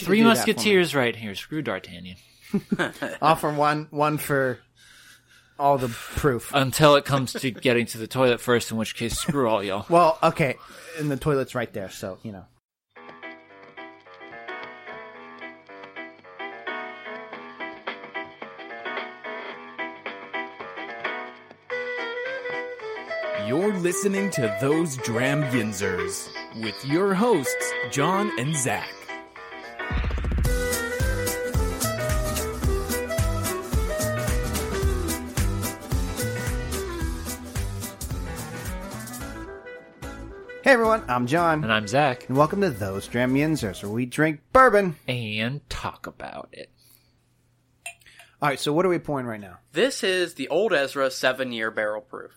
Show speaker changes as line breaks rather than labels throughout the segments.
you
Three
to do that for me.
Musketeers right here. Screw D'Artagnan.
Offer one, one for all the
Uh,
proof.
Until it comes to getting to the toilet first, in which case, screw all y'all.
Well, okay, and the toilet's right there, so you know.
You're listening to Those Dramyinzers with your hosts, John and Zach.
Hey everyone, I'm John,
And I'm Zach.
and welcome to Those Dramyinzers, where we drink bourbon.
And talk about it.
All right, so what are we pouring right now?
This is the old Ezra seven year barrel proof.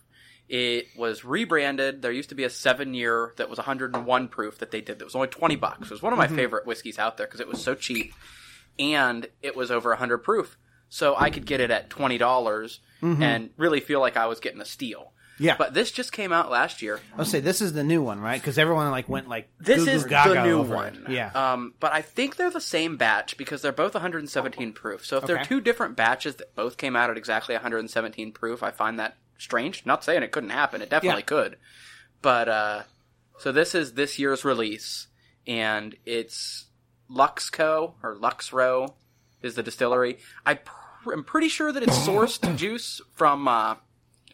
It was rebranded. There used to be a seven year that was 101 proof that they did that was only 20 bucks. It was one of my favorite whiskeys out there because it was so cheap and it was over 100 proof. So I could get it at $20 dollars and really feel like I was getting a steal.
Yeah.
But this just came out last year.
I'll say this is the new one, right? Because everyone like went like
This
goo-goo
is
gaga
the new
over it.
one.
Yeah.
Um, but I think they're the same batch because they're both 117 proof. So if they're
Oh. Okay.
two different batches that both came out at exactly 117 proof, I find that strange. Not saying it couldn't happen. It definitely could. But uh, so this is this year's release, and it's Luxco or Luxro is the distillery. I pr- am pretty sure that it's sourced juice from uh,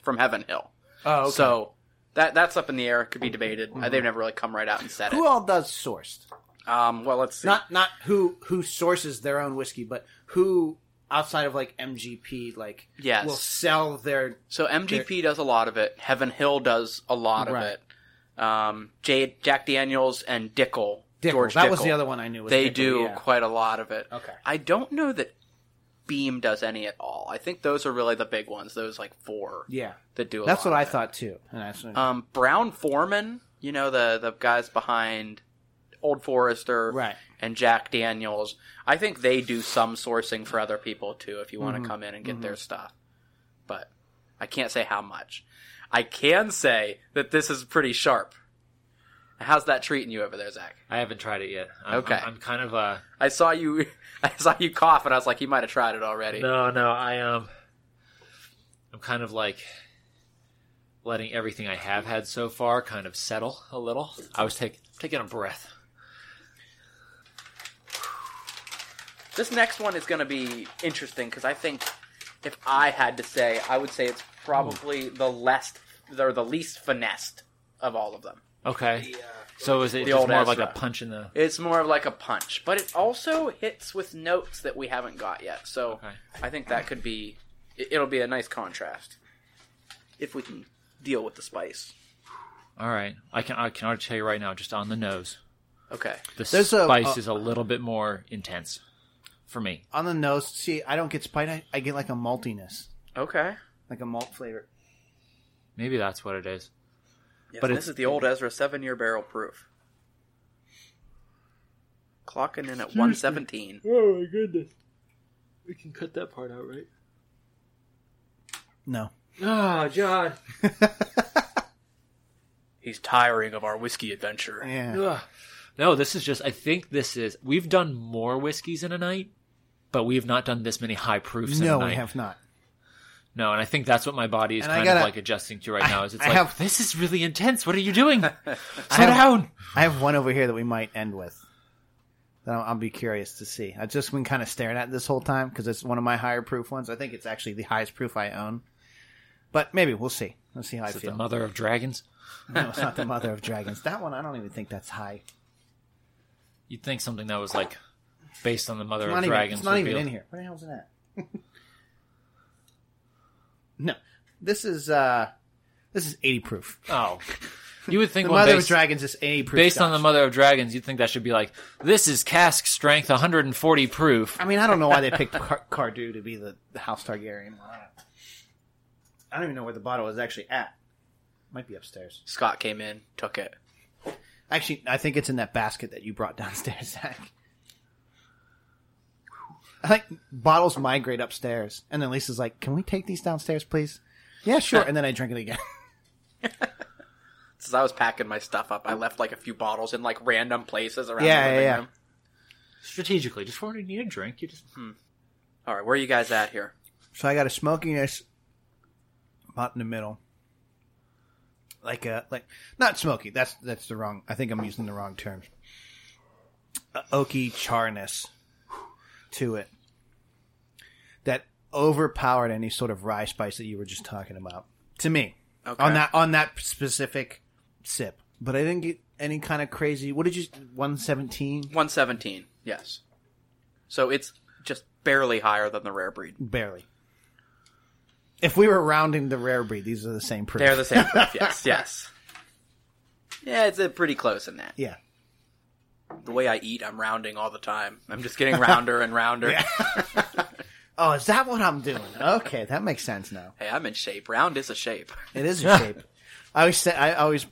from Heaven Hill.
oh,
So. That, that's up in the air. It could be debated. Uh,
Mm-hmm.
They've never really come right out and said
who
it.
all does sourced?
Um, well, let's see.
Not not who who sources their own whiskey, but who outside of like MGP like
Yes.
will sell their
So MGP does a lot of it. Heaven Hill does a lot of
Right.
it. Um, J- Jack Daniels and Dickel,
Dickel.
George
that was
Dickel,
the other one I knew. Was
They
Dickel,
do
yeah.
quite a lot of it.
Okay.
I don't know that Beam does any at all. I think those are really the big ones. Those like four
Yeah,
that do. A
that's
lot
what I
of it.
thought too. And I said-
Um, Brown Foreman, you know the the guys behind Old Forester,
Right.
and Jack Daniels. I think they do some sourcing for other people too. If you want to come in and get their stuff, but I can't say how much. I can say that this is pretty sharp. How's that treating you over there, Zach?
I haven't tried it yet. I'm,
Okay.
I'm, I'm kind of uh
I saw you. I saw you cough, and I was like, you might have tried it already.
no, no. I um, I'm kind of like letting everything I have had so far kind of settle a little. I was taking taking a breath.
This next one is going to be interesting because I think if I had to say, I would say it's probably
Hmm.
the less, or the least finessed of all of them.
Okay. so is it
the
just
old
more of like a
Ezra.
punch in the?
It's more of like a punch, but it also hits with notes that we haven't got yet. So
Okay.
I think that could be, it- it'll be a nice contrast if we can deal with the spice.
All right. I can I can already tell you right now, just on the nose,
Okay.
the
There's a- uh,
spice
a-
is a little bit more intense for me.
on the nose. See, I don't get spite. I, I get like a maltiness,
Okay.
like a malt flavor.
Maybe that's what it is.
Yes,
But
and
it's-
this is the old Ezra seven year barrel proof. Clocking in at 117.
Oh my goodness. We can cut that part out, right?
No,
Ah, John.
He's tiring of our whiskey adventure.
yeah,
Ugh. No, this is just. I think this is. We've done more whiskeys in a night, but we've not done this many high proofs.
no,
in a night.
we have not.
No, and I think that's what my body is
And I
kind
gotta-
of like adjusting to right now. Is it's
I
like
have-
this is really intense. What are you doing? Slow
have-
down.
I have one over here that we might end with. That I'll, I'll be curious to see. I've just been kind of staring at this whole time because it's one of my higher proof ones. I think it's actually the highest proof I own. But maybe we'll see. We'll see how I
Is it the
feel.
mother of dragons?
no, it's not the mother of dragons. That one I don't even think that's high.
You'd think something that was like based on the mother
It's
of
not, even,
dragons.
it's not even
reveal.
in here. Where the hell's that? no, this is uh, this is eighty proof.
Oh, you would think
The
one
mother
based,
of dragons is eighty proof.
based on the
scotch.
mother of dragons, you'd think that should be like this is cask strength 140 proof.
I mean, I don't know why they picked Car- Cardu to be the, the House Targaryen. I don't, know. I don't even know where the bottle is actually at. Might be upstairs.
Scott came in, took it.
Actually, I think it's in that basket that you brought downstairs, Zach. I think bottles migrate upstairs, and then Lisa's like, "Can we take these downstairs, please?" Yeah, sure. And then I drink it again.
Since I was packing my stuff up, I left like a few bottles in like random places around
Yeah,
the
yeah,
living
yeah.
room.
strategically. Just for when you need a drink, you just
All right, where are you guys at here?
So I got a smokiness about in the middle. Like a like not smoky. That's that's the wrong. I think I'm using the wrong terms. Uh, oaky charness to it that overpowered any sort of rye spice that you were just talking about. To me,
Okay.
on that on that specific sip, but I didn't get any kind of crazy. What did you? One seventeen,
117. Yes. So it's just barely higher than the rare breed.
barely. If we were rounding the rare breed, these are the same proof.
They're the same. proof, yes. Yes. Yeah, it's uh, pretty close in that.
Yeah.
The way I eat, I'm rounding all the time. I'm just getting rounder and rounder.
Oh, is that what I'm doing? Okay, that makes sense now.
Hey, I'm in shape. Round is a shape.
It is a shape. I always say I always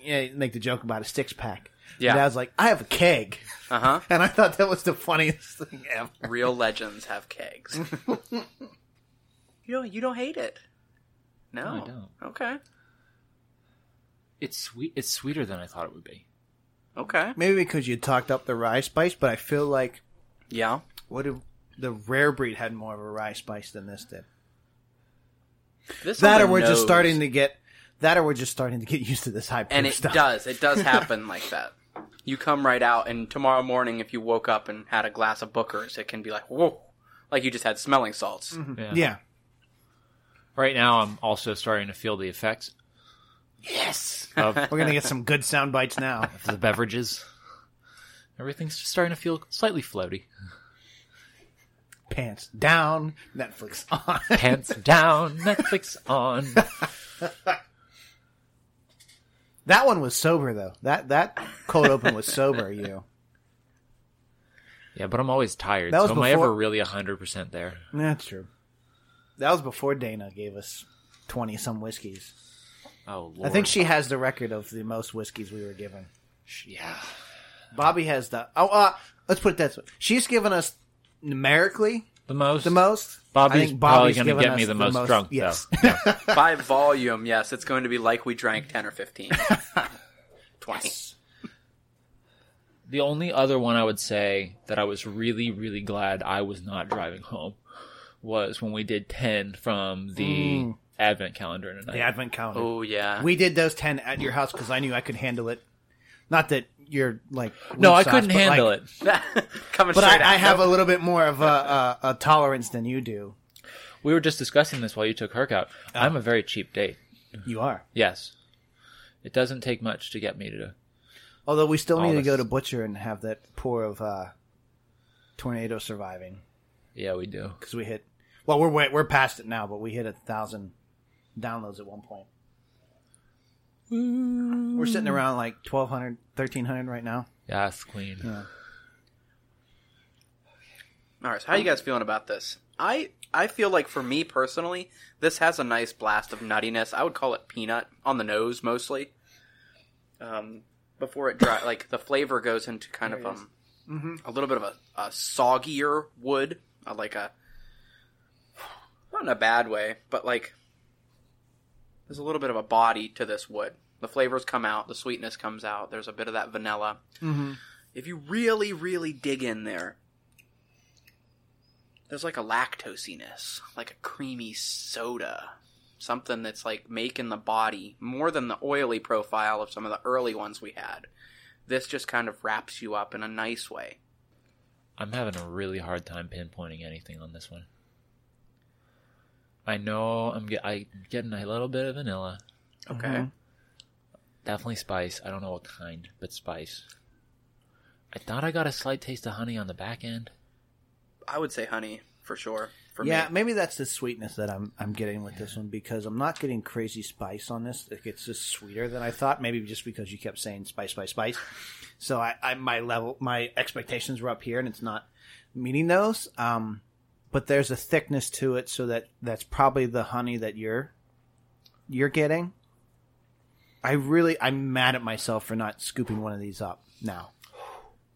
you know, make the joke about a six pack.
Yeah.
And I was like, I have a keg,
Uh huh.
and I thought that was the funniest thing ever.
Real legends have kegs. you don't. You don't hate it. No.
No, I don't.
Okay.
it's sweet. It's sweeter than I thought it would be.
Okay.
Maybe because you talked up the rye spice, but I feel like
Yeah.
what if the rare breed had more of a rye spice than this did.
This
That, or
one
we're
knows.
just starting to get that, or we're just starting to get used to this high proof
And it
stuff.
does. It does happen like that. You come right out, and tomorrow morning, if you woke up and had a glass of Booker's, it can be like whoa, like you just had smelling salts.
Mm-hmm. Yeah.
Right now, I'm also starting to feel the effects
Yes.
of
We're gonna get some good sound bites now.
the beverages. Everything's just starting to feel slightly floaty.
Pants down, Netflix on.
Pants down, Netflix on.
That one was sober though. That that cold open was sober. You.
Yeah, but I'm always tired.
That
So
was
am I ever
before-
really 100% there?
That's true. That was before Dana gave us twenty some whiskeys.
Oh, Lord.
I think she has the record of the most whiskeys we were given.
Yeah.
Bobby has the. Oh, uh, let's put it this way. She's given us numerically
The most.
the most.
Bobby's
I think
probably
Bobby's
going to
given
get
us
me the, most, drunk,
Yes.
though. Yeah.
By volume, yes, it's going to be like we drank ten or fifteen. Twenty.
the only other one I would say that I was really, really glad I was not driving home was when we did 10 from the
Mm.
advent calendar tonight.
the Advent calendar.
Oh yeah.
We did those ten at your house because I knew I could handle it. Not that you're like
no, I couldn't handle it.
Coming
But
straight
I, I
out.
have a little bit more of a, a, a tolerance than you do.
We were just discussing this while you took Herc out. I'm a very cheap date.
You are.
Yes. It doesn't take much to get me to.
Although we still
All
need to
this-
go to Butcher and have that pour of uh, Tornado Surviving
Yeah, we do.
because we hit. Well, we're way, we're past it now, but we hit a thousand downloads at one point. We're sitting around like 1,200, 1,300 right now.
Yes, Queen.
All right. So how you guys feeling about this? I I feel like for me personally, this has a nice blast of nuttiness. I would call it peanut on the nose mostly. Um, before it dry, like the flavor goes into kind of um, a little bit of a, a soggier wood, uh, like a not in a bad way, but like there's a little bit of a body to this wood. The flavors come out, the sweetness comes out. There's a bit of that vanilla. If you really, really dig in there, there's like a lactosiness, like a creamy soda, something that's like making the body more than the oily profile of some of the early ones we had. This just kind of wraps you up in a nice way.
I'm having a really hard time pinpointing anything on this one. I know I'm, get, I'm getting a little bit of vanilla,
Okay.
definitely spice. I don't know what kind, but spice. I thought I got a slight taste of honey on the back end.
I would say honey for sure. For
yeah,
me.
maybe that's the sweetness that I'm I'm getting with this one because I'm not getting crazy spice on this. It gets just sweeter than I thought. Maybe just because you kept saying spice, spice, spice. So I, I my level my expectations were up here and it's not meeting those. Um, but there's a thickness to it, so that that's probably the honey that you're you're getting. I really I'm mad at myself for not scooping one of these up now.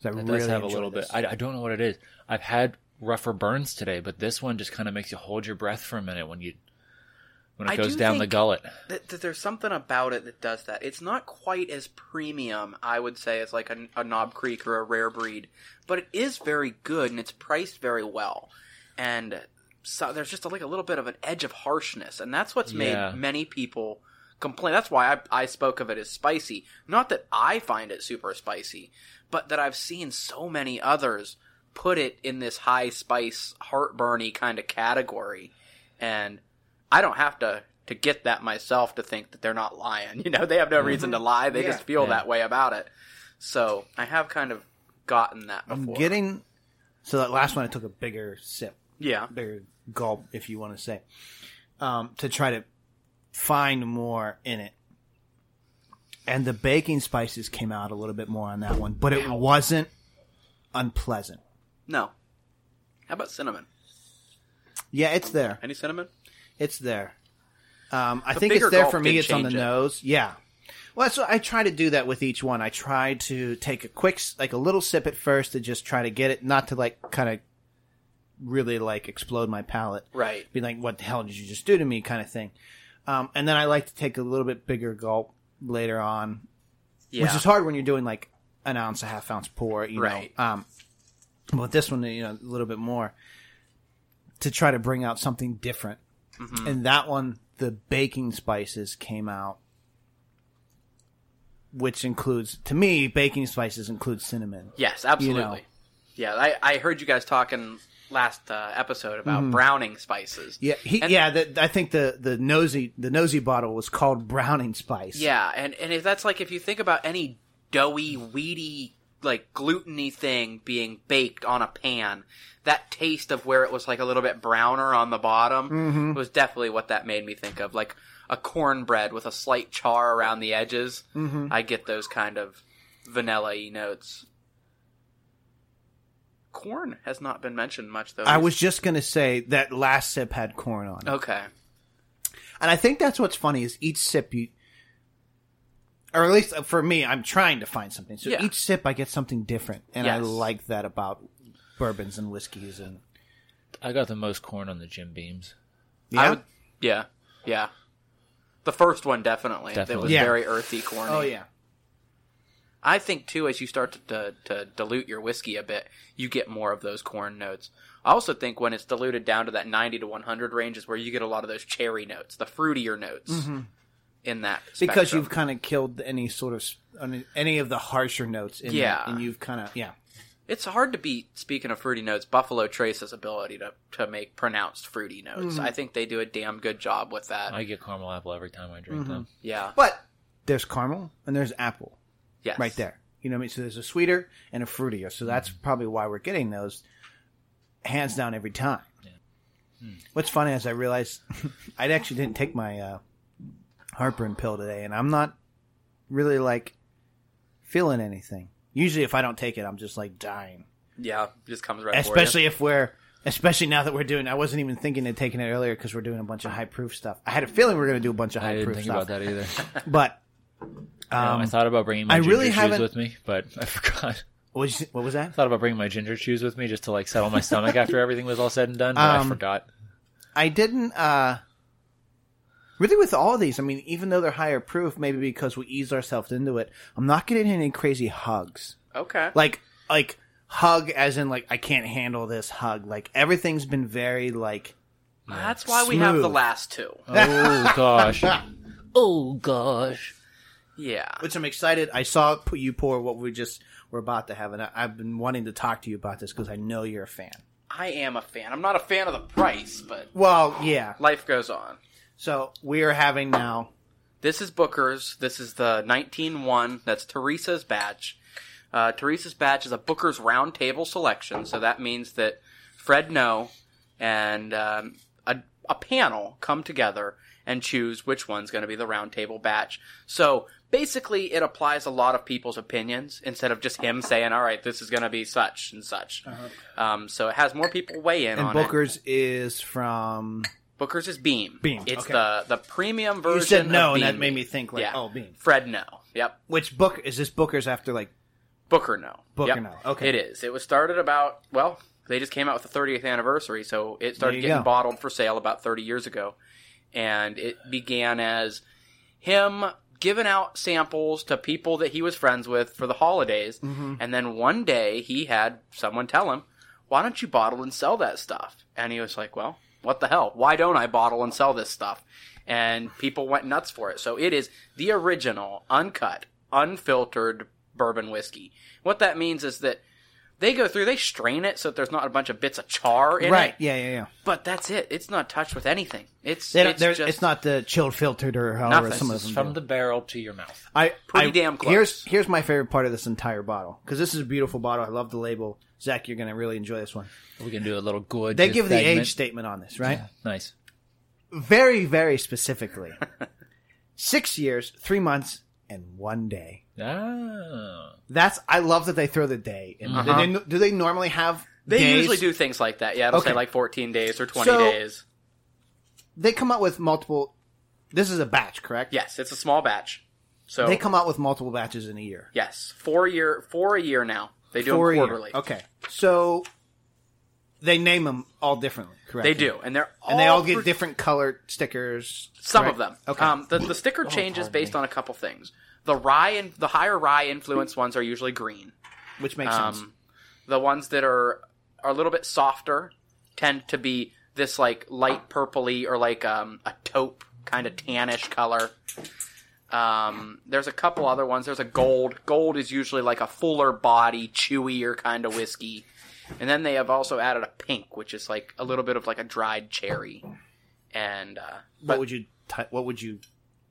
'Cause I
It
really
does have a
enjoy
little
this.
bit. I, I don't know what it is. I've had rougher burns today, but this one just kind of makes you hold your breath for a minute when you when it
I
goes
do
down the
think-
gullet.
Th- th- there's something about it that does that. It's not quite as premium, I would say, as like a, a Knob Creek or a Rare Breed, but it is very good and it's priced very well. And so there's just like a little bit of an edge of harshness, and that's what's
Yeah.
made many people complain. That's why I, I spoke of it as spicy. Not that I find it super spicy, but that I've seen so many others put it in this high spice, heartburny kind of category. And I don't have to to get that myself to think that they're not lying. You know, they have no reason to lie. They
Mm-hmm. Yeah.
just feel
Yeah.
that way about it. So I have kind of gotten that
I'm
before.
getting. So that last one, I took a bigger sip,
yeah.
bigger gulp, if you want to say, um, to try to find more in it. And the baking spices came out a little bit more on that one, but it wasn't unpleasant.
No. How about cinnamon?
Yeah, it's there.
Any cinnamon?
It's there. Um, I think
bigger
it's there
gulp
for me.
did
It's on the
change it.
nose. Yeah. Well, that's what I try to do that with each one. I try to take a quick, s- like a little sip at first to just try to get it, not to like kind of really like explode my palate.
Right.
Be like, what the hell did you just do to me kind of thing. Um, and then I like to take a little bit bigger gulp later on,
Yeah.
which is hard when you're doing like an ounce, a half ounce pour, you
Right.
know. Um, but this one, you know, a little bit more to try to bring out something different. And that one, the baking spices came out, which includes, to me, baking spices include cinnamon.
Yes, absolutely. Yeah, I, I heard you guys talking last uh, episode about
Mm-hmm.
browning spices.
Yeah, he,
And-
yeah. The, I think the, the nosy the nosy bottle was called Browning Spice.
Yeah, and and if that's like if you think about any doughy, weedy, like gluteny thing being baked on a pan, that taste of where it was like a little bit browner on the bottom
Mm-hmm.
was definitely what that made me think of, like a cornbread with a slight char around the edges. Mm-hmm. I get those kind of vanilla-y notes. Corn has not been mentioned much though.
I was just gonna say that last sip had corn on it.
okay.
And I think that's what's funny is each sip you, or at least for me, I'm trying to find something. So
Yeah.
each sip I get something different, and I
Yes.
like that about bourbons and whiskeys and
I got the most corn on the Jim Beams.
yeah.
I would, yeah, yeah. The first one definitely. That
Definitely.
was
Yeah.
very earthy, corny.
oh yeah,
I think too, as you start to, to to dilute your whiskey a bit, you get more of those corn notes. I also think when it's diluted down to that ninety to one hundred range is where you get a lot of those cherry notes, the fruitier notes in that.
Mm-hmm. because
spectrum.
you've kind of killed any sort of sp- any- any of the harsher notes. In
Yeah.
that, and you've kind of yeah.
it's hard to beat. Speaking of fruity notes, Buffalo Trace's ability to to make pronounced fruity notes.
Mm-hmm.
I think they do a damn good job with that.
I get caramel apple every time I
Mm-hmm.
drink them.
yeah,
But there's caramel and there's apple
yes,
right there. You know what I mean? So there's a sweeter and a fruitier. So that's
Mm-hmm.
probably why we're getting those hands down every time. Hmm. What's funny is I realized I actually didn't take my uh, heartburn pill today, and I'm not really like feeling anything. Usually, if I don't take it, I'm just like dying.
Yeah, it just comes right. for you.
Especially if we're, especially now that we're doing. I wasn't even thinking of taking it earlier because we're doing a bunch of high proof stuff. I had a feeling we were going to do a bunch of
I
high
didn't
proof
think
stuff,
about that either.
but
Um, I thought about bringing my
I
ginger
really
chews
haven't-
with me, but I forgot.
what was, what was that?
thought about bringing my ginger chews with me just to like settle my stomach after everything was all said and done, but I
Um,
forgot.
I didn't uh really with all these, I mean, even though they're higher proof, maybe because we eased ourselves into it, I'm not getting any crazy hugs.
Okay.
Like like hug as in like I can't handle this hug. Like everything's been very like
That's why we have the
Smooth.
last two.
Oh gosh. oh gosh.
Yeah.
which I'm excited. I saw p- you pour what we just were about to have, and I, I've been wanting to talk to you about this because I know you're a fan.
I am a fan. I'm not a fan of the price, but
Well, yeah.
life goes on.
So we are having now.
This is Booker's. This is the 19-1. That's Teresa's batch. Uh, Teresa's batch is a Booker's round table selection, so that means that Fred No and um, a, a panel come together and choose which one's going to be the round table batch. So basically, it applies a lot of people's opinions instead of just him saying, "All right, this is going to be such and such."
Uh-huh.
Um, so it has more people weigh in
And
on it.
Booker's is from.
Booker's is Beam.
Beam,
It's
okay.
the the premium version.
You said no,
of
and
Beam.
that made me think like,
Yeah.
oh, beans.
Fred no. Yep.
Which book is this? Booker's after like
Booker no.
Booker
Yep.
no. Okay.
It is. It was started about well, they just came out with the 30th anniversary, so it started
There you
getting
go.
bottled for sale about 30 years ago, and it began as him giving out samples to people that he was friends with for the holidays.
Mm-hmm.
And then one day he had someone tell him, Why don't you bottle and sell that stuff? And he was like, Well, what the hell? Why don't I bottle and sell this stuff? And people went nuts for it. So it is the original, uncut, unfiltered bourbon whiskey. What that means is that they go through, they strain it so that there's not a bunch of bits of char in
right?
it.
Yeah, yeah, yeah.
But that's it. It's not touched with anything. It's
They don't,
it's,
there's-
just,
it's not the chilled filtered or however
Nothing.
some of
This
them
from
do.
the barrel to your mouth.
I
Pretty
I-
damn close.
Here's here's my favorite part of this entire bottle because this is a beautiful bottle. I love the label. Zach, you're gonna really enjoy this one.
We can do a little good.
They give the age statement on this, right?
Nice.
Very very specifically, six years, three months, and one day.
Ah.
That's I love that they throw the day. In. Do, they, do they normally have?
Uh-huh. They
days?
usually do things like that. Yeah, it'll
Okay.
say like 14 days or 20
So-
days.
They come out with multiple. This is a batch, correct?
Yes, it's a small batch. So
They come out with multiple batches in a year.
yes, four year four a year now. They do
Four a
them
year.
quarterly.
Okay, so they name them all differently, correct?
They do, and they're all
and they all get
for-
different colored stickers.
Some
correct?
of them.
Okay.
Um, the, the sticker changes based on a couple things. The rye and the higher rye influence ones are usually green.
which makes sense.
Um, the ones that are are a little bit softer tend to be this like light purpley or like um, a taupe kind of tannish color. Um, there's a couple other ones. There's a gold. Gold is usually like a fuller body, chewier kind of whiskey. And then they have also added a pink, which is like a little bit of like a dried cherry. And uh,
What
but
would you ty- What would you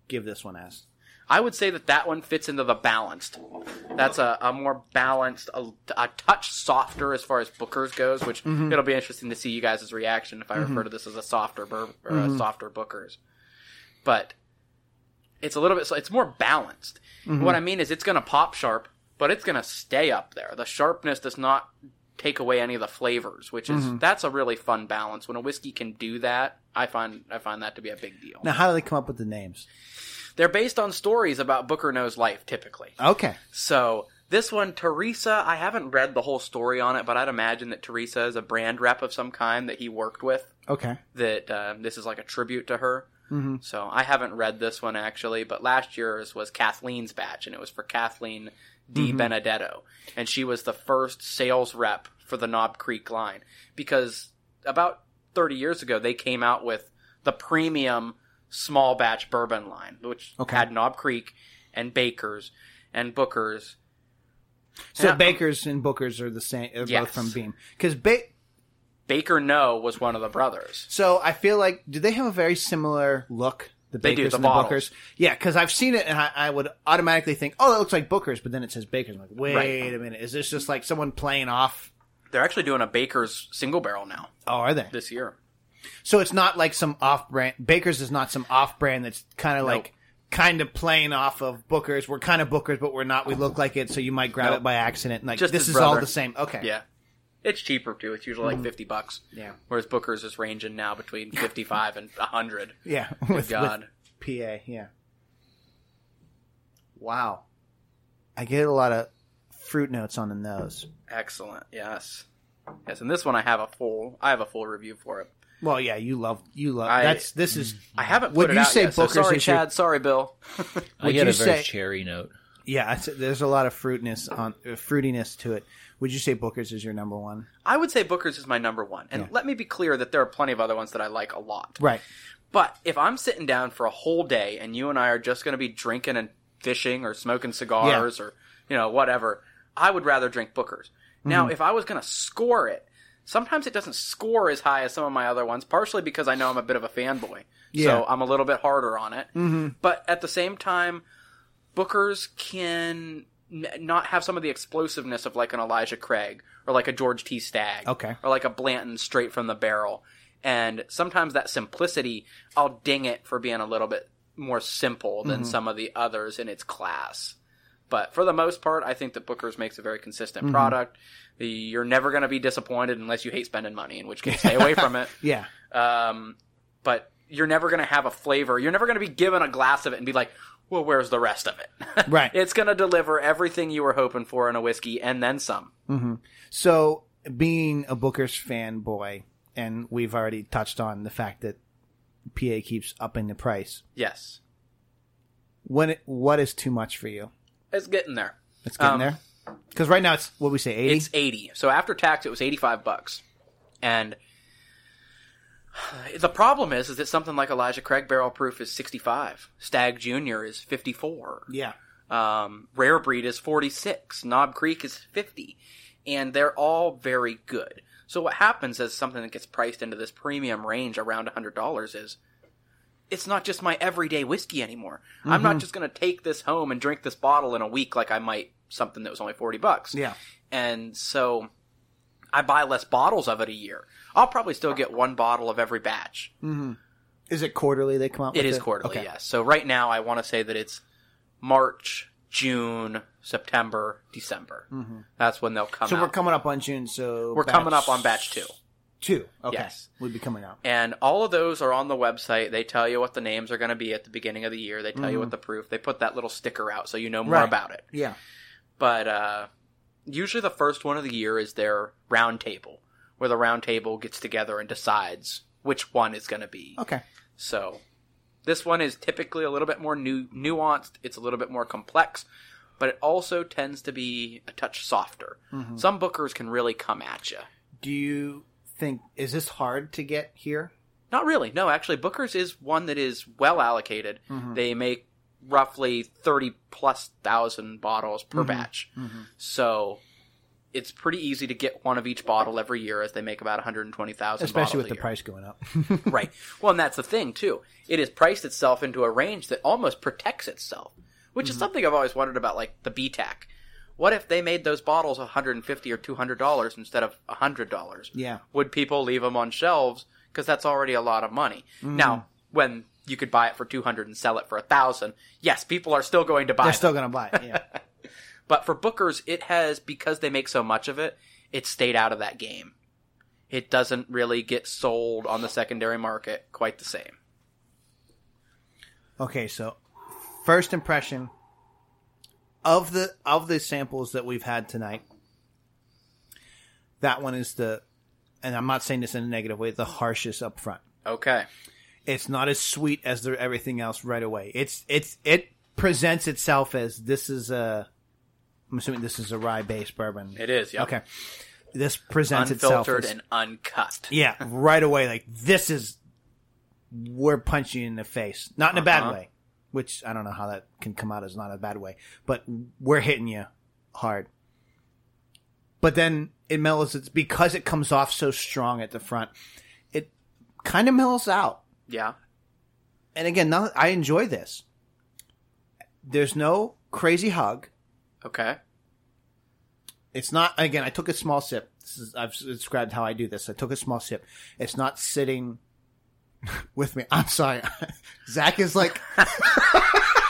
give this one as?
I would say that that one fits into the balanced. That's a, a more balanced, a, a touch softer as far as Booker's goes, which it'll be interesting to see you guys' reaction if I refer to this as a softer bur- or a softer Booker's. But it's a little bit, so it's more balanced. What I mean is it's going to pop sharp, but it's going to stay up there. The sharpness does not take away any of the flavors, which is that's a really fun balance. When a whiskey can do that, I find I find that to be a big deal.
Now, how do they come up with the names?
They're based on stories about Booker No's life, typically.
Okay,
So this one, Teresa, I haven't read the whole story on it, but I'd imagine that Teresa is a brand rep of some kind that he worked with.
okay,
That um, this is like a tribute to her. Mm-hmm. So I haven't read this one actually, but last year's was Kathleen's batch, and it was for Kathleen D.
Mm-hmm.
Benedetto, and she was the first sales rep for the Knob Creek line because about 30 years ago they came out with the premium small batch bourbon line, which
Okay.
had Knob Creek and Baker's and Booker's
so
Yeah.
Bakers and Bookers are the same. Are both
Yes.
from Beam because ba-
Baker No was one of the brothers.
So I feel like do they have a very similar look? The
They do,
Bakers
the
and the
bottles.
Bookers. Yeah, because I've seen it and I, I would automatically think, oh, that looks like Bookers, but then it says Bakers. I'm like, wait
Right.
a minute, is this just like someone playing off?
They're actually doing a Baker's single barrel now
Oh, are they?
this year.
So it's not like some off brand. Baker's is not some off brand that's kind of like kind of playing off of Booker's. We're kind of Booker's, but we're not. We look like it, so you might grab
Nope.
it by accident. Like
Just
this
his
is all
brother.
the same. Okay. Mm.
Yeah. It's cheaper too. It's usually like 50 bucks.
Yeah.
Whereas Booker's is ranging now between 55 and 100.
Yeah. With, with
God.
PA. Yeah. Wow. I get a lot of fruit notes on the nose.
Excellent. Yes. Yes, and this one I have a full I have a full review for it.
Well, yeah, you love you love.
I- Mm.
that's this is.
I haven't put
Would
it
you
out
say
yet,
Booker's
so sorry
is your-
Chad, sorry Bill.
I
Would
get
you
a very
say-
cherry note.
Yeah, it's, there's a lot of fruitness on uh, fruitiness to it. Would you say Booker's is your number one?
I would say Booker's is my number 1. And let me be clear that there are plenty of other ones that I like a lot.
Right.
But if I'm sitting down for a whole day and you and I are just going to be drinking and fishing or smoking cigars or, you know, whatever, I would rather drink Booker's. Now, if I was going to score it, sometimes it doesn't score as high as some of my other ones, partially because I know I'm a bit of a fanboy.
Yeah.
So I'm a little bit harder on it.
Mm-hmm.
But at the same time, Booker's can n- not have some of the explosiveness of like an Elijah Craig or like a George T. Stagg
Okay.
or like a Blanton straight from the barrel. And sometimes that simplicity, I'll ding it for being a little bit more simple than some of the others in its class. But for the most part, I think that Booker's makes a very consistent product. The, you're never going to be disappointed unless you hate spending money, in which case, stay away from it.
Yeah.
Um, but you're never going to have a flavor. You're never going to be given a glass of it and be like, well, where's the rest of it?
Right.
it's going to deliver everything you were hoping for in a whiskey and then some.
So, being a Booker's fanboy, and we've already touched on the fact that PA keeps upping the price.
Yes,
When it, what is too much for you?
it's getting there.
It's getting
Um,
there. Because right now it's what we say eighty.
It's eighty. So after tax, it was eighty-five bucks, and the problem is, is that something like Elijah Craig Barrel Proof is sixty-five. Stag Junior is fifty-four.
yeah,
Um, Rare Breed is 46. Knob Creek is 50. And they're all very good. So what happens is something that gets priced into this premium range around $100 is it's not just my everyday whiskey anymore. I'm not just going to take this home and drink this bottle in a week like I might something that was only 40 bucks.
yeah.
And so I buy less bottles of it a year. I'll probably still get one bottle of every batch.
Is it quarterly they come out?
It
with
is
the-
quarterly,
okay.
yes. So right now, I want to say that it's March, June, September, December. That's when they'll come
So
out.
we're coming up on June. So
We're coming up on batch two,
two. Okay,
Yes.
we'd be coming out.
and all of those are on the website. They tell you what the names are going to be at the beginning of the year. They tell you what the proof. They put that little sticker out so you know more
Right.
about it.
Yeah,
But uh, usually, the first one of the year is their round table, where the round table gets together and decides which one is going to be.
okay.
So this one is typically a little bit more nu- nuanced. It's a little bit more complex, but it also tends to be a touch softer. Some bookers can really come at you.
Mm-hmm. Do you think is this hard to get here?
Not really. No, actually, bookers is one that is well allocated.
Mm-hmm.
They make roughly thirty plus thousand bottles per batch,
Mm-hmm.
so. It's pretty easy to get one of each bottle every year, as they make about 120,000. bottles
Especially with
a
the
year.
price going up.
Right. Well, and that's the thing too. It has priced itself into a range that almost protects itself, which
Mm-hmm.
is something I've always wondered about, like the BTAC. What if they made those bottles 150 or 200 dollars instead of 100 dollars?
Yeah.
Would people leave them on shelves because that's already a lot of money?
Mm.
Now, when you could buy it for 200 and sell it for a thousand, yes, people are still going to buy
They're
it.
still going to buy it. Yeah.
But for Booker's, it has because they make so much of it, it stayed out of that game. It doesn't really get sold on the secondary market quite the same.
Okay, so first impression of the of the samples that we've had tonight. That one is the, and I'm not saying this in a negative way. The harshest up front.
Okay.
It's not as sweet as their everything else right away. It's it's it presents itself as this is a. I'm assuming this is a rye based bourbon.
It is, yeah.
Okay, this presents itself
Unfiltered
as-
and uncut.
yeah, right away. Like this is we're punching you in the face, not in a bad
Uh-huh.
way. Which I don't know how that can come out as not a bad way, but we're hitting you hard. But then it mellows. It's because it comes off so strong at the front. It kind of mellows out.
Yeah.
And again, now I enjoy this. There's no crazy hug.
Okay.
It's not again. I took a small sip. This is, I've described how I do this. I took a small sip. It's not sitting with me. I'm sorry. Zach is like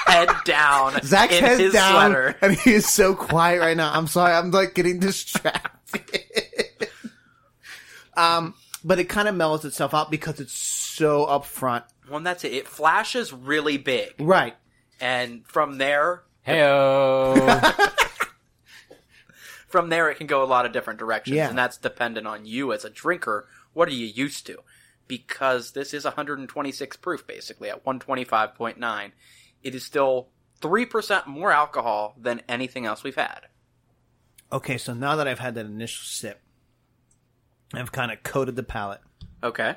Head down.
Zach's
in
head
his
down,
sweater.
and he is so quiet right now. I'm sorry. I'm like getting distracted. um, but it kind of mellows itself out because it's so upfront.
Well, that's it. It flashes really big.
Right.
And from there,
Heyo.
from there, it can go a lot of different directions.
Yeah.
And that's dependent on you as a drinker. What are you used to? Because this is 126 proof, basically, at 125.9. It is still 3% more alcohol than anything else we've had.
Okay. So now that I've had that initial sip, I've kind of coated the palate.
Okay.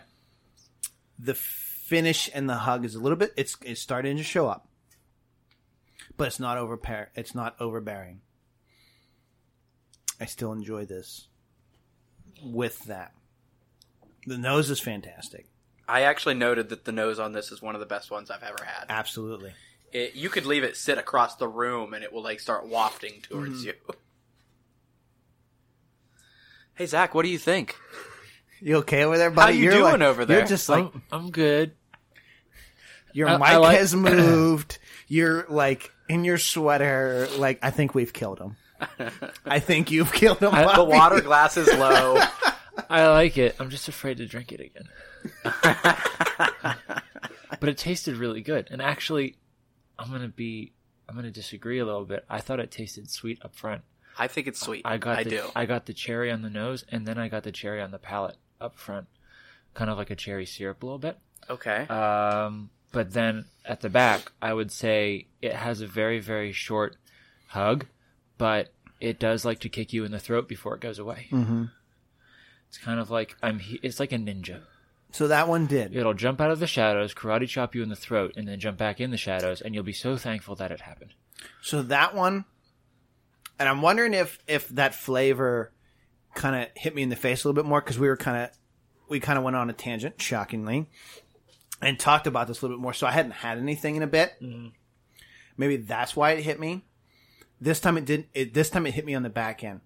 the finish and the hug is a little bit it's it's starting to show up but it's not overpar it's not overbearing i still enjoy this with that the nose is fantastic
I actually noted that the nose on this is one of the best ones I've ever had.
Ah. absolutely
it, you could leave it sit across the room and it will like start wafting towards you. Hey Zach, what do you think?
you okay over there buddy
you
You're
doing
like-
over there?
you're just like
I'm, I'm good.
your
Oh, I- I
mic
like-
has moved you're like in your sweater like i think we've killed him i think you've killed him
I- the
The
Bobby.
water glass is low.
I like it. I'm just afraid to drink it again. but it tasted really good. And actually, I'm going to be I'm going to disagree a little bit. I thought it tasted sweet up front.
I think it's sweet.
I got
I
the
do.
I got the cherry on the nose and then I got the cherry on the palate up front. kind of like a cherry syrup a little bit.
Okay.
Um, but then at the back, I would say it has a very, very short hug, but it does like to kick you in the throat before it goes away.
Mm-hmm.
It's kind of like I'm. He- it's like a ninja.
So that one did.
It'll jump out of the shadows, karate chop you in the throat, and then jump back in the shadows, and you'll be so thankful that it happened.
So that one, and I'm wondering if if that flavor kind of hit me in the face a little bit more because we were kind of we kind of went on a tangent, shockingly, and talked about this a little bit more. So I hadn't had anything in a bit. Maybe that's why it hit me. This time it did. It, this time it hit me on the back end,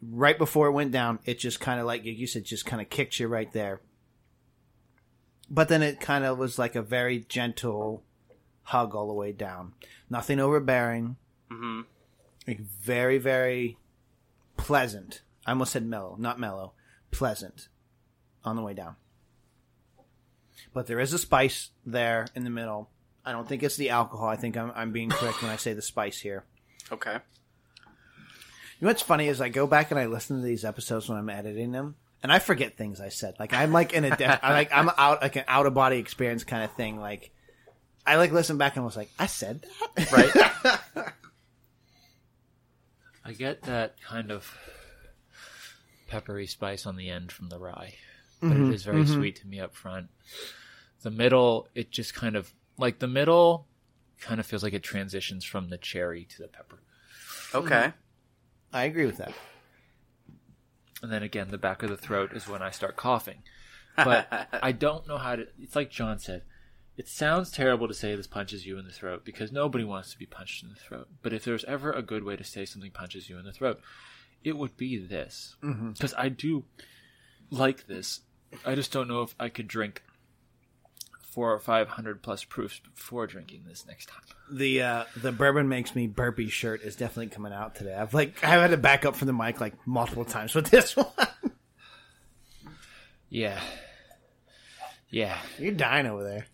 right before it went down. It just kind of like you said, just kind of kicked you right there. But then it kind of was like a very gentle hug all the way down. Nothing overbearing.
Mhm.
Like very, very pleasant. I almost said mellow, not mellow. Pleasant on the way down. But there is a spice there in the middle. I don't think it's the alcohol. I think I'm, I'm being correct when I say the spice here.
Okay.
You know what's funny is I go back and I listen to these episodes when I'm editing them, and I forget things I said. Like I'm like in a def- I like I'm out like an out of body experience kind of thing. Like I like listen back and was like I said that.
Right.
I get that kind of peppery spice on the end from the rye, but it is very sweet to me up front. The middle, it just kind of like the middle kind of feels like it transitions from the cherry to the pepper.
Okay.
I agree with that.
and then again the back of the throat is when I start coughing. But I don't know how to. It's like John said. It sounds terrible to say this punches you in the throat because nobody wants to be punched in the throat. But if there's ever a good way to say something punches you in the throat, it would be this.
Mm-hmm.
Because I do like this. I just don't know if I could drink four or five hundred plus proofs before drinking this next time.
the uh, the bourbon makes me burpy shirt is definitely coming out today. I've like I've had to back up from the mic like multiple times with this one.
Yeah. Yeah.
You're dying over there.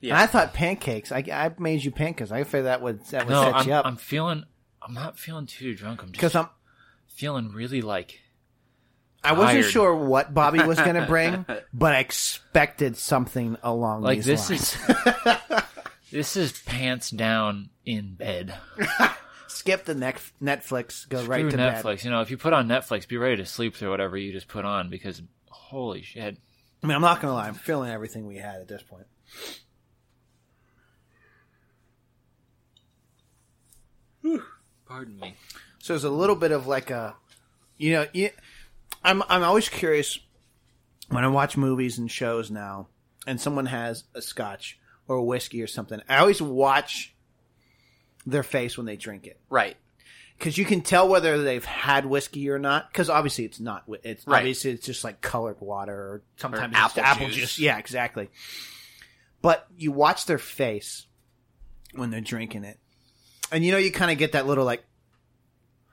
Yeah.
And I thought pancakes. I, I made you pancakes. I figured that would that would
No,
set
I'm,
you up
I'm feeling. I'm not feeling too drunk. I'm just
because I'm.
feeling really like
I wasn't
tired.
sure what Bobby was going to bring, but I expected something along
like
these
this
lines.
is this is pants down in bed.
Skip the neck, Netflix, go right
Screw
to
Netflix.
bed.
You know, if you put on Netflix, be ready to sleep through whatever you just put on because holy shit.
I mean, I'm not going to lie. I'm feeling everything we had at this point.
Pardon me.
So there's a little bit of like a, you know, you, I'm I'm always curious when I watch movies and shows now, and someone has a scotch or a whiskey or something. I always watch their face when they drink it
Right.
because you can tell whether they've had whiskey or not. Because obviously it's not. whi- It's
Right.
obviously it's just like colored water or sometimes it's
apple
apple, apple
juice.
juice. Yeah, exactly. But you watch their face when they're drinking it, and you know you kind of get that little like.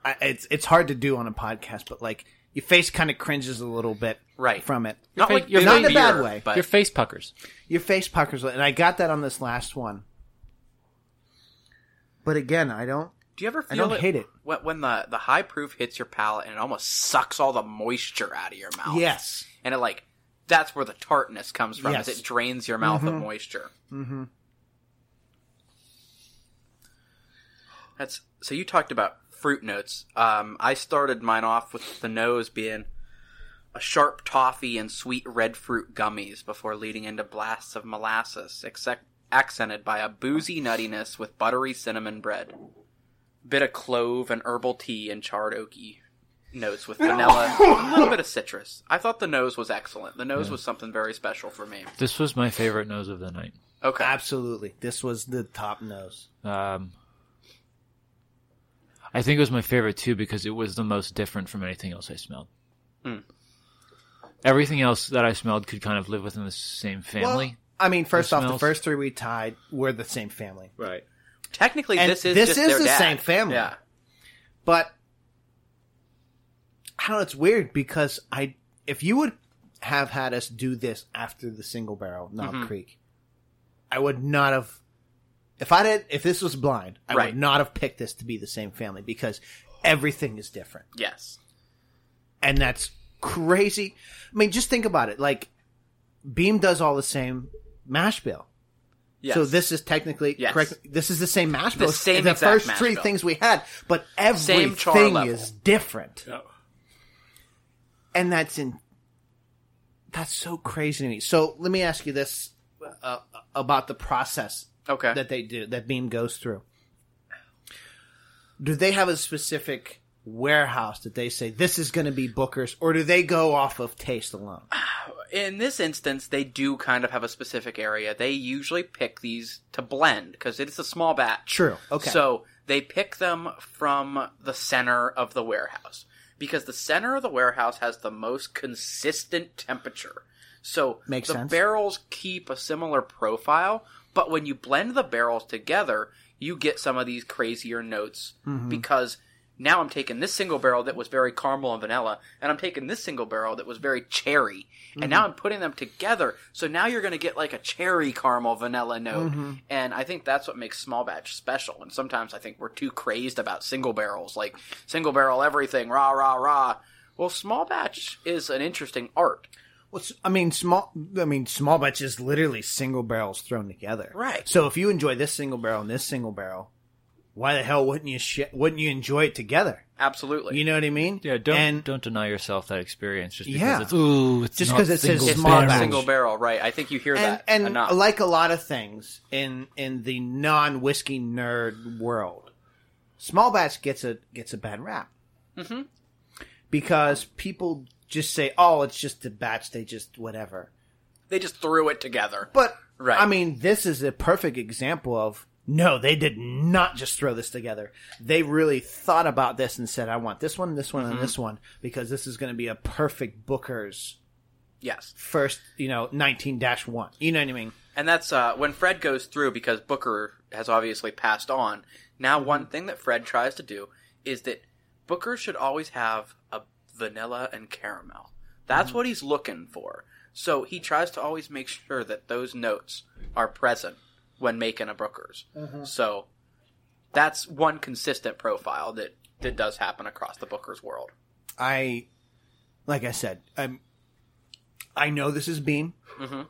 I, it's it's hard to do on a podcast, but like your face kind of cringes a little bit
Right.
from it.
Not
fa-
like
your
Not in a
beer,
bad way.
But
Your face puckers.
Your face puckers, and I got that on this last one. But again, I don't.
do you ever feel
I don't hate it.
when, when the the high proof hits your palate and it almost sucks all the moisture out of your mouth?
Yes.
And it like that's where the tartness comes from.
Yes.
Is it drains your mouth of moisture. Mm-hmm. That's so. You talked about fruit notes. Um, I started mine off with the nose being a sharp toffee and sweet red fruit gummies before leading into blasts of molasses, except accented by a boozy nuttiness with buttery cinnamon bread, bit of clove and herbal tea and charred oaky notes with vanilla, a little bit of citrus. I thought the nose was excellent. The nose was something very special for me.
This was my favorite nose of the night.
Okay,
Absolutely. This was the top nose.
Um I think it was my favorite too because it was the most different from anything else I smelled.
Hmm.
Mm.
Everything else that I smelled could kind of live within the same family.
Well, I mean, first
It
off, the
smells-
first three we tied were the same family,
right.
technically
And
this is
this
just
is
their
the
dad.
same family.
Yeah,
but I don't know. It's weird because I, if you would have had us do this after the single barrel Knob
Mm-hmm.
Creek, I would not have. If I did, if this was blind, I
Right.
would not have picked this to be the same family because everything is different.
yes,
and that's crazy. I mean, just think about it. Like Beam does all the same mash bill.
Yes.
So this is technically
Yes.
correct. This is the same mash bill. as
same
the
exact
first
mash
three
bill.
things we had, but
Same char
everything
level.
is different,
Oh.
and that's in. That's so crazy to me. So let me ask you this uh, about the process
Okay.
that they do that Beam goes through. Do they have a specific warehouse that they say this is going to be Booker's, or do they go off of taste alone?
in this instance, they do kind of have a specific area. They usually pick these to blend because it's a small batch.
True. Okay.
So they pick them from the center of the warehouse because the center of the warehouse has the most consistent temperature. So
Makes
the
sense.
barrels keep a similar profile, but when you blend the barrels together, you get some of these crazier notes
Mm-hmm.
because now I'm taking this single barrel that was very caramel and vanilla, and I'm taking this single barrel that was very cherry,
Mm-hmm.
and now I'm putting them together. So now you're going to get like a cherry caramel vanilla note,
Mm-hmm.
and I think that's what makes small batch special. And sometimes I think we're too crazed about single barrels, like single barrel everything, rah rah rah. Well, small batch is an interesting art.
Well, s- I mean, small. I mean, small batch is literally single barrels thrown together.
Right.
So if you enjoy this single barrel and this single barrel, why the hell wouldn't you sh- wouldn't you enjoy it together?
Absolutely.
You know what I mean?
Yeah, don't
And
don't deny yourself that experience just because
Yeah.
it's ooh, it's
Just
not
'cause it says
single
it's
small
not
batch.
single barrel, right? I think you hear
and,
that
and
enough.
like a lot of things in in the non whiskey nerd world, small batch gets a gets a bad rap mm-hmm. because people just say, "Oh, it's just a batch; they just whatever."
they just threw it together.
But
Right.
I mean, this is a perfect example of no, they did not just throw this together. They really thought about this and said, "I want this one, this one,
Mm-hmm.
and this one because this is going to be a perfect Booker's
Yes.
first, you know, nineteen dash one." You know what I mean?
And that's uh, when Fred goes through because Booker has obviously passed on. Now, one thing that Fred tries to do is that Booker should always have a vanilla and caramel. That's
Mm-hmm.
what he's looking for. So he tries to always make sure that those notes are present when making a Booker's.
Mm-hmm.
So that's one consistent profile that, that does happen across the Booker's world.
I, like I said, I'm, I know this is Beam,
Mm-hmm.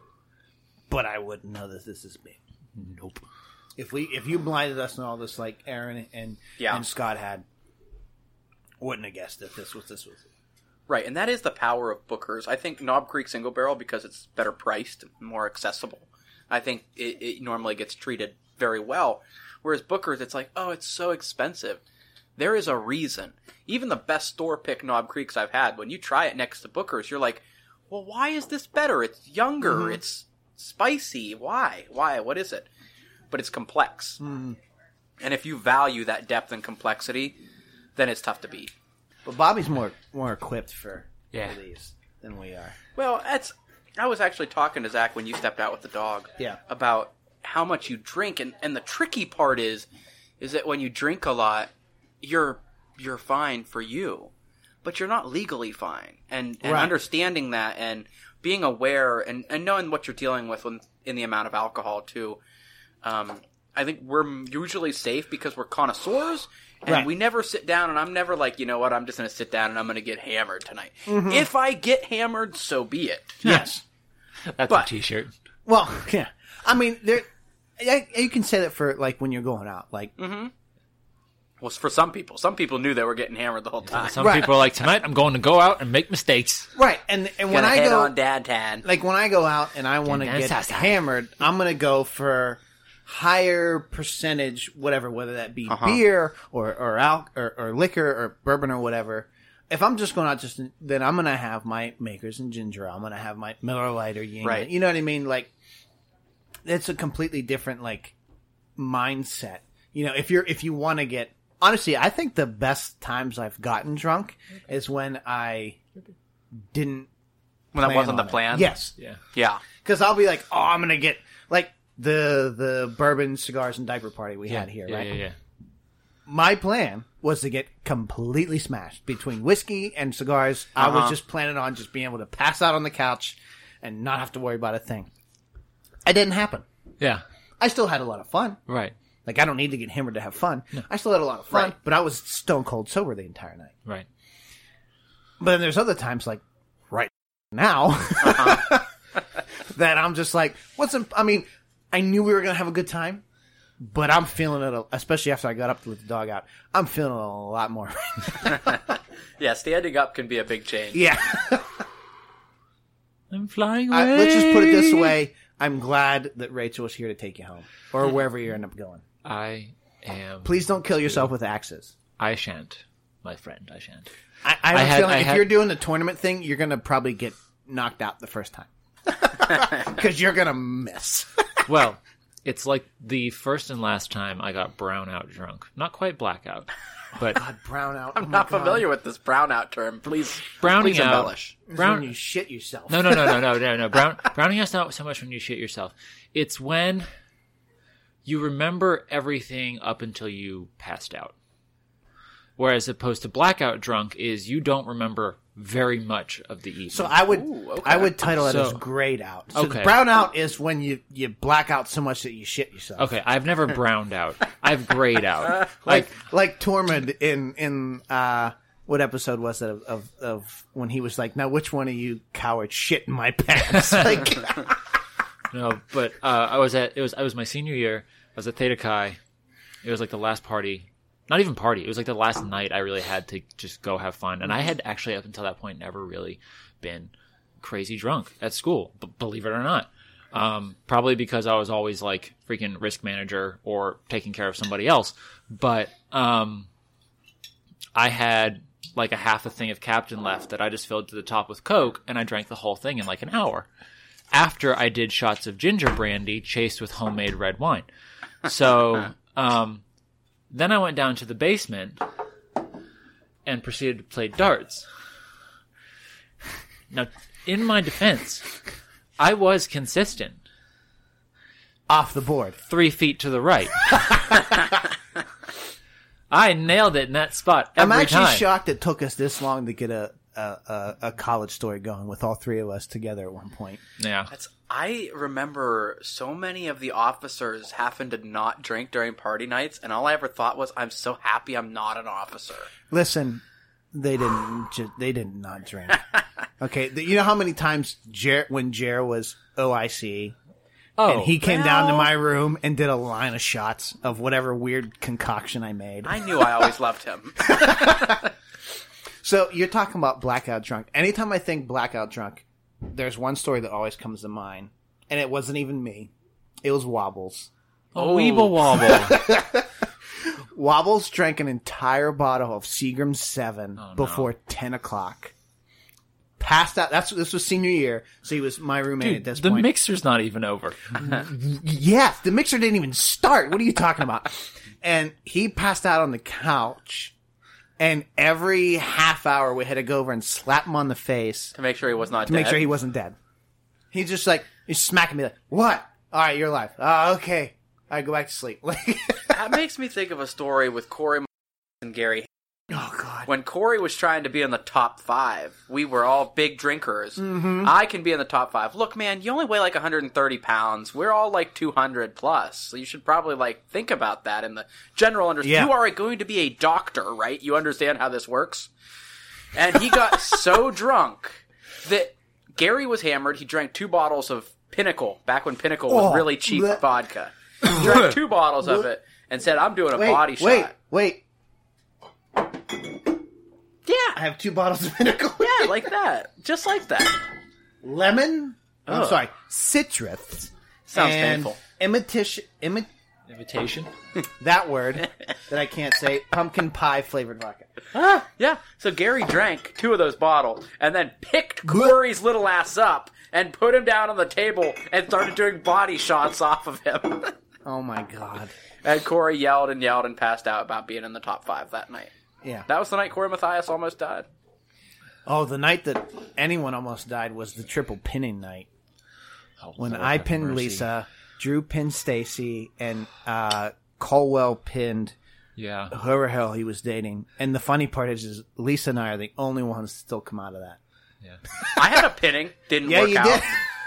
but I wouldn't know that this is Beam.
Nope.
If we, if you blinded us and all this, like Aaron and
Yeah.
and Scott had, wouldn't have guessed that this was this was.
Right, and that is the power of Booker's. I think Knob Creek Single Barrel because it's better priced, more accessible. I think it, it normally gets treated very well. Whereas Booker's, it's like, oh, it's so expensive. There is a reason. Even the best store pick Knob Creeks I've had, when you try it next to Booker's, you're like, well, why is this better? It's younger. It's spicy. Why? Why? What is it? But it's complex. And if you value that depth and complexity, then it's tough to beat.
But Bobby's more more equipped for,
Yeah.
for these than we are.
Well, that's. I was actually talking to Zach when you stepped out with the dog.
Yeah.
About how much you drink, and and the tricky part is, is that when you drink a lot, you're you're fine for you, but you're not legally fine. And and
Right.
understanding that and being aware and and knowing what you're dealing with when, in the amount of alcohol too. Um, I think we're usually safe because we're connoisseurs. And
Right.
we never sit down, and I'm never like, you know what, I'm just going to sit down and I'm going to get hammered tonight.
Mm-hmm.
If I get hammered, so be it.
Yes.
That's a
But-
t-shirt.
Well, yeah. I mean, there. I, you can say that for like when you're going out, like
Mm-hmm.
Well, for some people, some people knew they were getting hammered the whole time.
Some
Right.
people are like, tonight I'm going to go out and make mistakes.
right, and and when
Gonna
I
head
go
on dad tan.
like when I go out and I want to
Yeah,
get
that's outside.
hammered, I'm going to go for higher percentage, whatever, whether that be
Uh-huh.
beer or or, al- or or liquor or bourbon or whatever. If I'm just going out, just then I'm going to have my makers and ginger. ale. I'm going to have my Miller Lite or Yingling.
Right.
You know what I mean? Like, it's a completely different like mindset. You know, if you're if you want to get honestly, I think the best times I've gotten drunk is when I didn't.
when that
plan
wasn't the
on it.
plan.
Yes,
Yeah.
Yeah.
because I'll be like, oh, I'm gonna get like the the bourbon cigars and diaper party we had here,
yeah,
right?
Yeah, yeah.
My plan was to get completely smashed between whiskey and cigars. I
Uh-huh.
was just planning on just being able to pass out on the couch and not have to worry about a thing. It didn't happen.
Yeah.
I still had a lot of fun.
Right.
Like I don't need to get hammered to have fun. I still had a lot of fun,
Right.
but I was stone cold sober the entire night.
Right.
But then there's other times like right now that I'm just like, what's? Imp- I mean, I knew we were gonna have a good time, but I'm feeling it, a- especially after I got up to let the dog out. I'm feeling it a lot more.
Yeah, standing up can be a big change.
yeah,
I'm flying away.
I, let's just put it this way: I'm glad that Rachel's here to take you home or wherever you end up going.
I am.
Please don't kill yourself with axes.
I shan't, my friend. I shan't.
I, I have
I
a
had-
feeling
I
if
had-
you're doing the tournament thing, you're gonna probably get knocked out the first time because you're gonna miss.
Well, it's like the first and last time I got brownout drunk. Not quite blackout, but
Brown out. Oh
I'm not familiar with this brownout term. Please,
browning
please
out.
embellish.
Brown,
Brown,
you shit yourself.
No, no, no, no, no, no, no. Brown, browning out's not so much when you shit yourself. It's when you remember everything up until you passed out. Whereas opposed to blackout drunk is you don't remember very much of the evening.
So I would
Ooh, okay.
I would title it
So-
as grayed out. So
Okay.
brown out is when you you black out so much that you shit yourself.
okay, I've never browned out. I've grayed out.
Like
Like
like Tormund in in uh what episode was that of, of of when he was like, now which one of you cowards shit in my pants? like
no, but uh, I was at it was I was my senior year. I was at Theta Chi. It was like the last party, not even party. It was like the last night I really had to just go have fun, and I had actually up until that point never really been crazy drunk at school, b- believe it or not. Um, probably because I was always like freaking risk manager or taking care of somebody else, but um, I had like a half a thing of Captain left that I just filled to the top with Coke, and I drank the whole thing in like an hour after I did shots of ginger brandy chased with homemade red wine. So um, then I went down to the basement and proceeded to play darts. Now, in my defense, I was consistent
off the board.
three feet to the right. I nailed it in that spot every
I'm actually
time.
shocked it took us this long to get a a, a a college story going with all three of us together at one point.
Yeah.
That's, I remember so many of the officers happened to not drink during party nights, and all I ever thought was, "I'm so happy I'm not an officer."
Listen, they didn't. Ju- they did not drink. Okay, th- you know how many times Jer- when Jer was OIC
Oh,
and he came down to my room and did a line of shots of whatever weird concoction I made.
I knew I always loved him.
so you're talking about blackout drunk. Anytime I think blackout drunk, there's one story that always comes to mind, and it wasn't even me. It was Wobbles.
oh. Weeble Wobble.
Wobbles drank an entire bottle of Seagram Seven before ten o'clock. Passed out. That's this was senior year, so he was my roommate at this
the
point.
mixer's not even over.
Yes, the mixer didn't even start. What are you talking about? and he passed out on the couch. And every half hour, we had to go over and slap him on the face
to make sure he was not
to
dead.
make sure he wasn't dead. He's just like he's smacking me like, "What? All right, you're alive. Ah, okay. I go back to sleep." Like,
that makes me think of a story with Corey and Gary.
oh god.
When Corey was trying to be in the top five, we were all big drinkers.
Mm-hmm.
I can be in the top five. Look, man, you only weigh like 130 pounds. We're all like 200 plus. So you should probably like think about that in the general
Yeah.
understanding. You are going to be a doctor, right? You understand how this works. And he got so drunk that Gary was hammered. He drank two bottles of Pinnacle back when Pinnacle was
Oh,
really cheap
bleh.
vodka. He drank two bottles of it and said, "I'm doing a
Wait,
body
wait,
shot."
wait. I
Yeah,
have two bottles of Pinnacle.
yeah, like that, just like that.
Lemon. I'm
Ugh.
sorry, citrus.
Sounds
and
painful.
Imitation. Imi-
Invitation.
that word that I can't say. Pumpkin pie flavored vodka.
Ah, Yeah. So Gary drank two of those bottles and then picked Corey's little ass up and put him down on the table and started doing body shots off of him.
Oh my god.
and Corey yelled and yelled and passed out about being in the top five that night.
Yeah.
That was the night Corey Matthias almost died.
Oh, the night that anyone almost died was the triple pinning night
Oh,
when
Lord
I
have
pinned
mercy.
Lisa, Drew pinned Stacy, and uh, Colwell pinned
Yeah.
whoever hell he was dating. And the funny part is, is Lisa and I are the only ones to still come out of that.
I had a pinning, didn't
Yeah,
work
you
out.
did.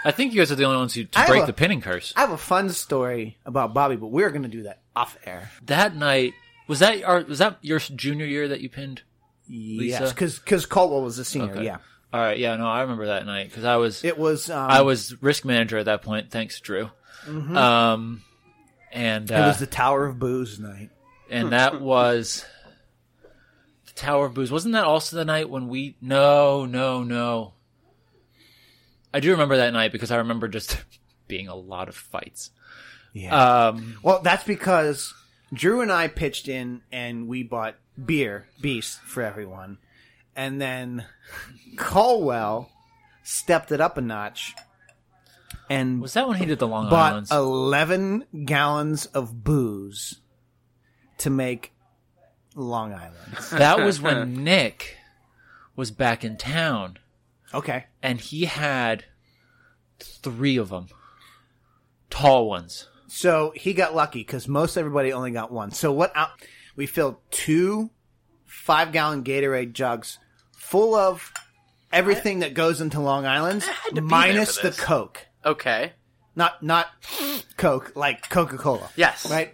I think you guys are the only ones
I
who to break
have a-
the pinning curse.
I have a fun story about Bobby, but we're going to do that off air.
That night was that our was that your junior year that you pinned?
Yes, because Caldwell was a senior.
Okay.
Yeah,
All right, yeah, no, I remember that night because I was
It was. Um,
I was risk manager at that point. Thanks, Drew. Um, and uh,
Mm-hmm. It was the Tower of Booze night.
and that was the Tower of Booze. Wasn't that also the night when we? No, no, no. I do remember that night because I remember just being a lot of fights.
Yeah.
Um,
Well, that's because Drew and I pitched in and we bought beer, Beast, for everyone. And then Colwell stepped it up a notch and
was that when he did the Long
bought
Island's?
11 gallons of booze to make Long Island.
that was when Nick was back in town,
Okay.
and he had three of them, tall ones.
So he got lucky because most everybody only got one. So what out- we filled two five gallon Gatorade jugs full of everything that goes into Long Island,
to be
minus
there for
the
this.
Coke.
Okay.
Not not Coke, like Coca Cola.
Yes.
Right?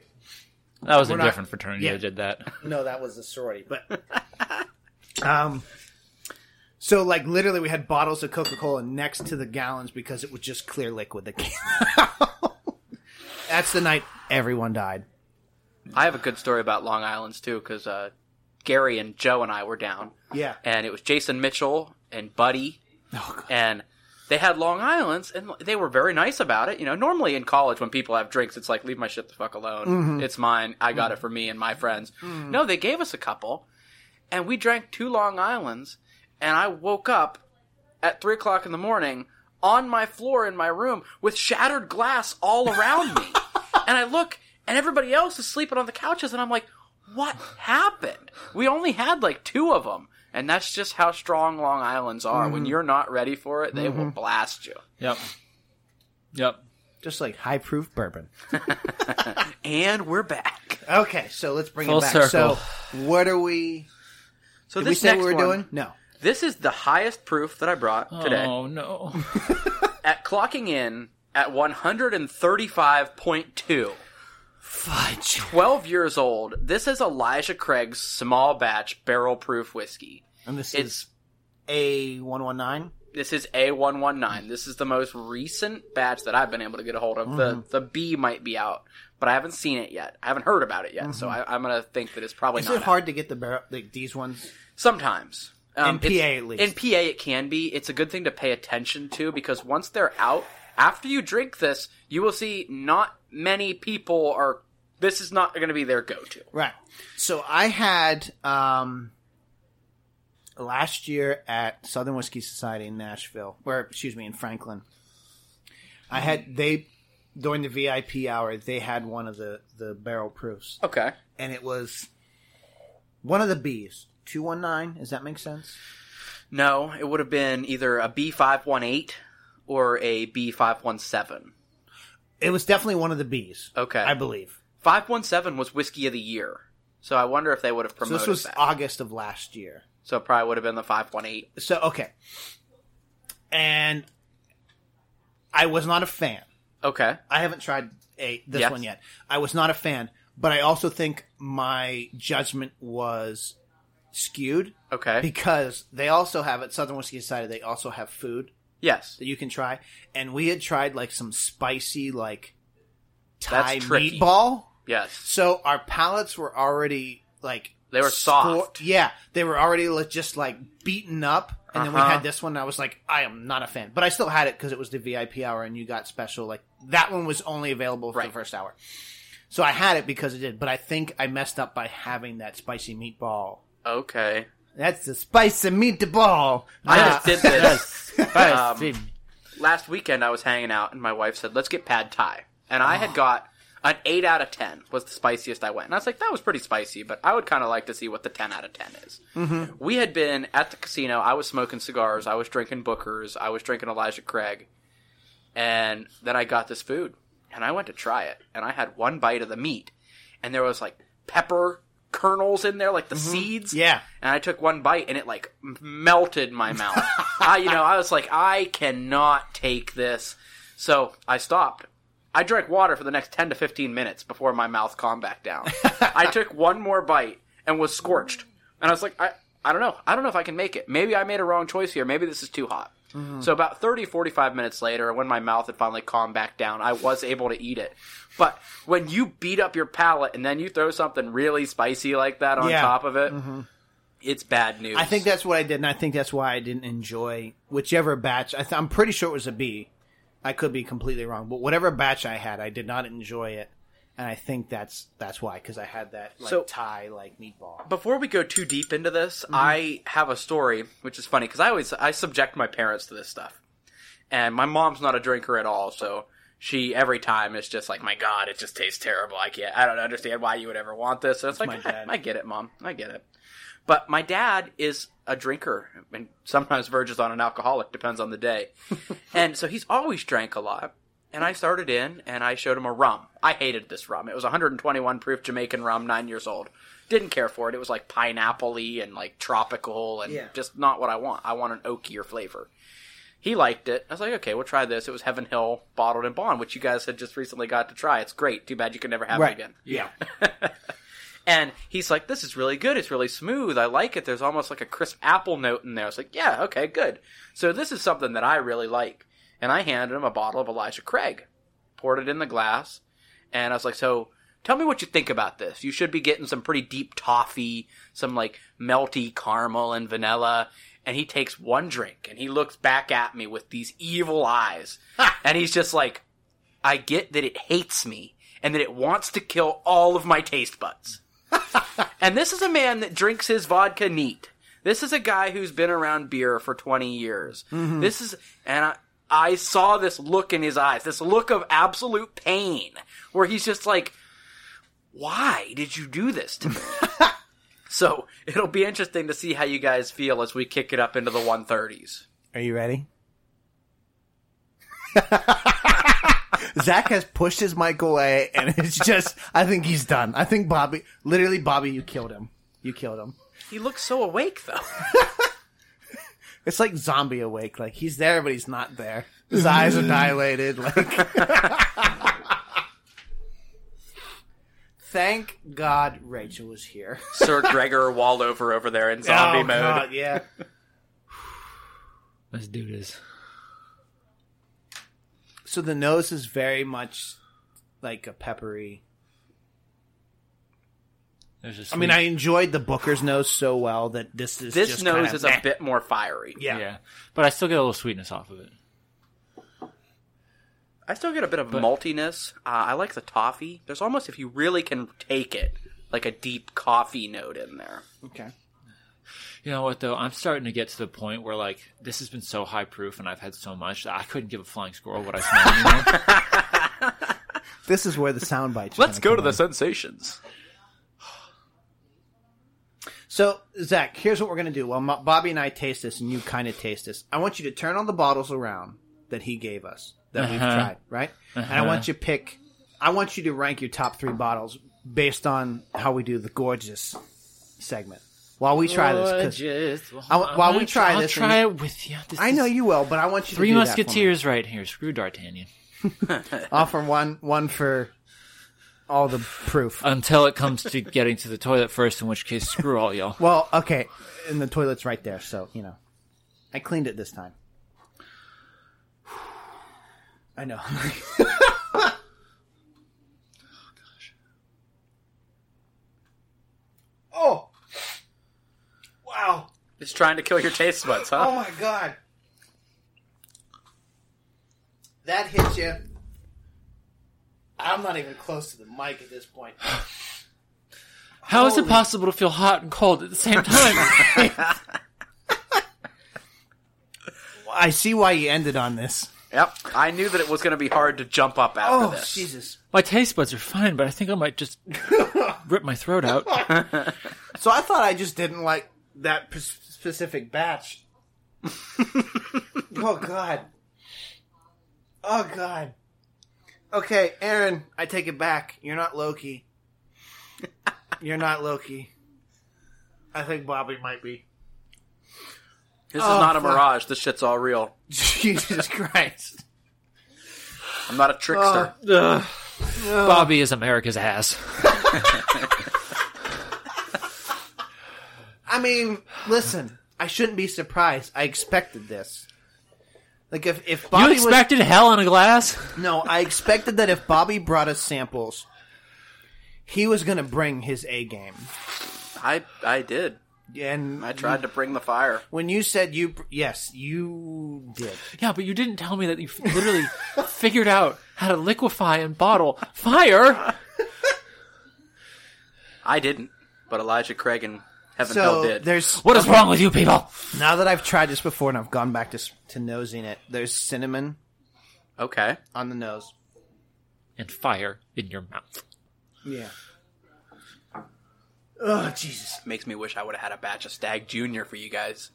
That was
We're
a
not-
different fraternity
yeah.
that did that.
No, that was a sorority, but um so like literally we had bottles of Coca-Cola next to the gallons because it was just clear liquid that came out. That's the night everyone died.
I have a good story about Long Island's too, because uh, Gary and Joe and I were down,
Yeah.
and it was Jason Mitchell and Buddy, and they had Long Island's, and they were very nice about it. You know, normally in college when people have drinks, it's like leave my shit the fuck alone. It's mine. I got it for me and my friends. No, they gave us a couple, and we drank two Long Island's, and I woke up at three o'clock in the morning on my floor in my room with shattered glass all around me. and I look, and everybody else is sleeping on the couches, and I'm like, what happened? We only had like two of them. And that's just how strong Long Islands are. When you're not ready for it, they will blast you.
Yep. Yep.
Just like high proof bourbon.
And we're back.
Okay, so let's bring
Full
it back.
circle.
So, what are we?
So
Did
this
we say
next
what we're
one,
doing? No.
This is the highest proof that I brought today.
Oh no.
At clocking in at 135.2.
Fudge.
12 years old. This is Elijah Craig's small batch barrel proof whiskey.
And this
It's
is a one one nine.
this is A119. This is the most recent batch that I've been able to get a hold of.
Mm-hmm.
The the B might be out, but I haven't seen it yet. I haven't heard about it yet, so I, I'm gonna think that it's probably
Mm-hmm. Is
not.
it
out.
hard to get the barrel like these ones?
Sometimes. Um,
In PA,
it's-
at least.
In PA, it can be. It's a good thing to pay attention to because once they're out, after you drink this, you will see not many people are. This is not going to be their go to.
Right. So I had um last year at Southern Whiskey Society in Nashville, or excuse me, in Franklin. I had they during the VIP hour they had one of the the barrel proofs,
Okay.
and it was one of the B's two one nine. Does that make sense?
No, it would have been either a B518 or a B517.
It was definitely one of the B's.
Okay.
I believe.
517 was Whiskey of the Year. So I wonder if they would have
So
promoted
this was
that.
August of last year.
so it probably would have been the 518.
So okay, and I was not a fan.
Okay.
I haven't tried a this
Yes.
one yet. I was not a fan, but I also think my judgment was skewed
Okay.
because they also have at Southern Whiskey Society. They also have food
yes.
that you can try, and we had tried like some spicy like
That's
Thai
tricky.
meatball.
Yes.
So our palates were already like
They were soft.
yeah, they were already li- just like beaten up, and then we
Uh-huh.
had this one. And I was like, I am not a fan, but I still had it because it was the VIP hour, and you got special. Like that one was only available for
Right.
the first hour, so I had it because it did. But I think I messed up by having that spicy meatball.
Okay.
That's the spicy meatball. Ah.
I just did this. Um,
Fudge.
last weekend I was hanging out and my wife said, "Let's get pad thai." And I had got an 8 out of 10 was the spiciest I went. And I was like, "That was pretty spicy, but I would kind of like to see what the 10 out of 10 is." Mm-hmm. We had been at the casino. I was smoking cigars, I was drinking Booker's, I was drinking Elijah Craig. And then I got this food and I went to try it and I had one bite of the meat and there was like pepper kernels in there like the seeds
Yeah.
and I took one bite and it like m- melted my mouth. I, you know, I was like, I cannot take this. So I stopped. I drank water for the next 10 to 15 minutes before my mouth calmed back down. I took one more bite and was scorched. And I was like, I, I don't know. I don't know if I can make it. Maybe I made a wrong choice here. Maybe this is too hot. So about 30, 45 minutes later, when my mouth had finally calmed back down, I was able to eat it. But when you beat up your palate and then you throw something really spicy like that on
Yeah.
top of it, it's bad news.
I think that's what I did, and I think that's why I didn't enjoy whichever batch. I th- I'm pretty sure it was a B. I could be completely wrong, but whatever batch I had, I did not enjoy it, and I think that's that's why because I had that like
So-
Thai like meatball.
before we go too deep into this, I have a story which is funny because I always I subject my parents to this stuff, and my mom's not a drinker at all, so she every time is just like, "My God, it just tastes terrible. I can't. I don't understand why you would ever want this." And it's like,
my dad.
I get it, mom. I get it. But my dad is a drinker and sometimes verges on an alcoholic, depends on the day. and so he's always drank a lot. And I started in and I showed him a rum. I hated this rum. It was 121 proof Jamaican rum, nine years old. Didn't care for it. It was like pineapple y and like tropical and
Yeah.
just not what I want. I want an oakier flavor. He liked it. I was like, okay, we'll try this. It was Heaven Hill bottled and bond, which you guys had just recently got to try. It's great. Too bad you could never have it
Right.
again.
Yeah,
And he's like, this is really good. It's really smooth. I like it. There's almost like a crisp apple note in there. I was like, yeah, okay, good. So this is something that I really like. And I handed him a bottle of Elijah Craig, poured it in the glass, and I was like, so tell me what you think about this. You should be getting some pretty deep toffee, some like melty caramel and vanilla. And he takes one drink and he looks back at me with these evil eyes. and he's just like, I get that it hates me and that it wants to kill all of my taste buds. and this is a man that drinks his vodka neat. This is a guy who's been around beer for 20 years. This is, and I, I saw this look in his eyes, this look of absolute pain, where he's just like, why did you do this to me? so it'll be interesting to see how you guys feel as we kick it up into the 130s.
are you ready? Zach has pushed his mic away, and it's just I think he's done. I think Bobby, literally Bobby, you killed him. You killed him.
He looks so awake, though.
It's like zombie awake. Like he's there, but he's not there. His eyes are dilated. Like, thank God Rachel was here.
Sir Gregor Wallover over there in zombie
Oh,
mode.
God, yeah.
Let's do this.
So the nose is very much like a peppery.
There's a
I mean, I enjoyed the Booker's nose so well that this is
This
just
nose
kinda-
is a bit more fiery.
yeah.
yeah. but I still get a little sweetness off of it.
I still get a bit of maltiness. Uh, I like the toffee. There's almost, if you really can take it, like a deep coffee note in there.
Okay.
You know what though? I'm starting to get to the point where like this has been so high proof, and I've had so much that I couldn't give a flying squirrel what I smell anymore.
This is where the sound bites. are gonna come in.
sensations.
So, Zach, here's what we're going to do. While Mo- Bobby and I taste this, and you kind of taste this, I want you to turn all the bottles around that he gave us that we've
Uh-huh.
tried, right? And I want you to pick. I want you to rank your top three bottles based on how we do the gorgeous segment. While we try this, 'cause
Gorgeous. Well,
I w-
I'm
while
gonna
we try
I'll
this and-
try it with you. This
I know
is
you will, but I want you
Three
to do that for me.
Musketeers right here. Screw D'Artagnan.
All for one, one for all the proof.
Until it comes to getting to the toilet first, in which case, screw all y'all.
Well, okay, and the toilet's right there, so you know, I cleaned it this time. I know. oh, wow!
It's trying to kill your taste buds, huh?
Oh my god, that hit you. I'm not even close to the mic at this point.
How is it
Holy-
possible to feel hot and cold at the same time?
I see why you ended on this.
Yep. I knew that it was going to be hard to jump up after
Oh
this.
Jesus!
my taste buds are fine, but I think I might just rip my throat out.
So I thought I just didn't like that p- specific batch. oh god. Oh god. Okay, Aaron, I take it back. You're not Loki. You're not Loki. I think Bobby might be.
This
Oh,
is not a
fuck.
mirage. This shit's all real.
Jesus Christ.
I'm not a
Oh.
trickster.
Ugh. Bobby is America's ass.
I mean, listen, I shouldn't be surprised. I expected this. Like if if Bobby
you expected hell on a glass?
was no, I expected that if Bobby brought us samples, he was going to bring his A game.
I I did.
And
I tried to bring the fire.
when you said you yes, you did.
Yeah, but you didn't tell me that you f- literally figured out how to liquefy and bottle fire.
I didn't, but Elijah Craig and Heaven Hill
So
did.
there's
What is wrong with you people?
now that I've tried this before and I've gone back to s- to nosing it. There's cinnamon
Okay.
on the nose.
And fire in your mouth.
Yeah. Oh Jesus!
Makes me wish I would have had a batch of Stag Junior for you guys.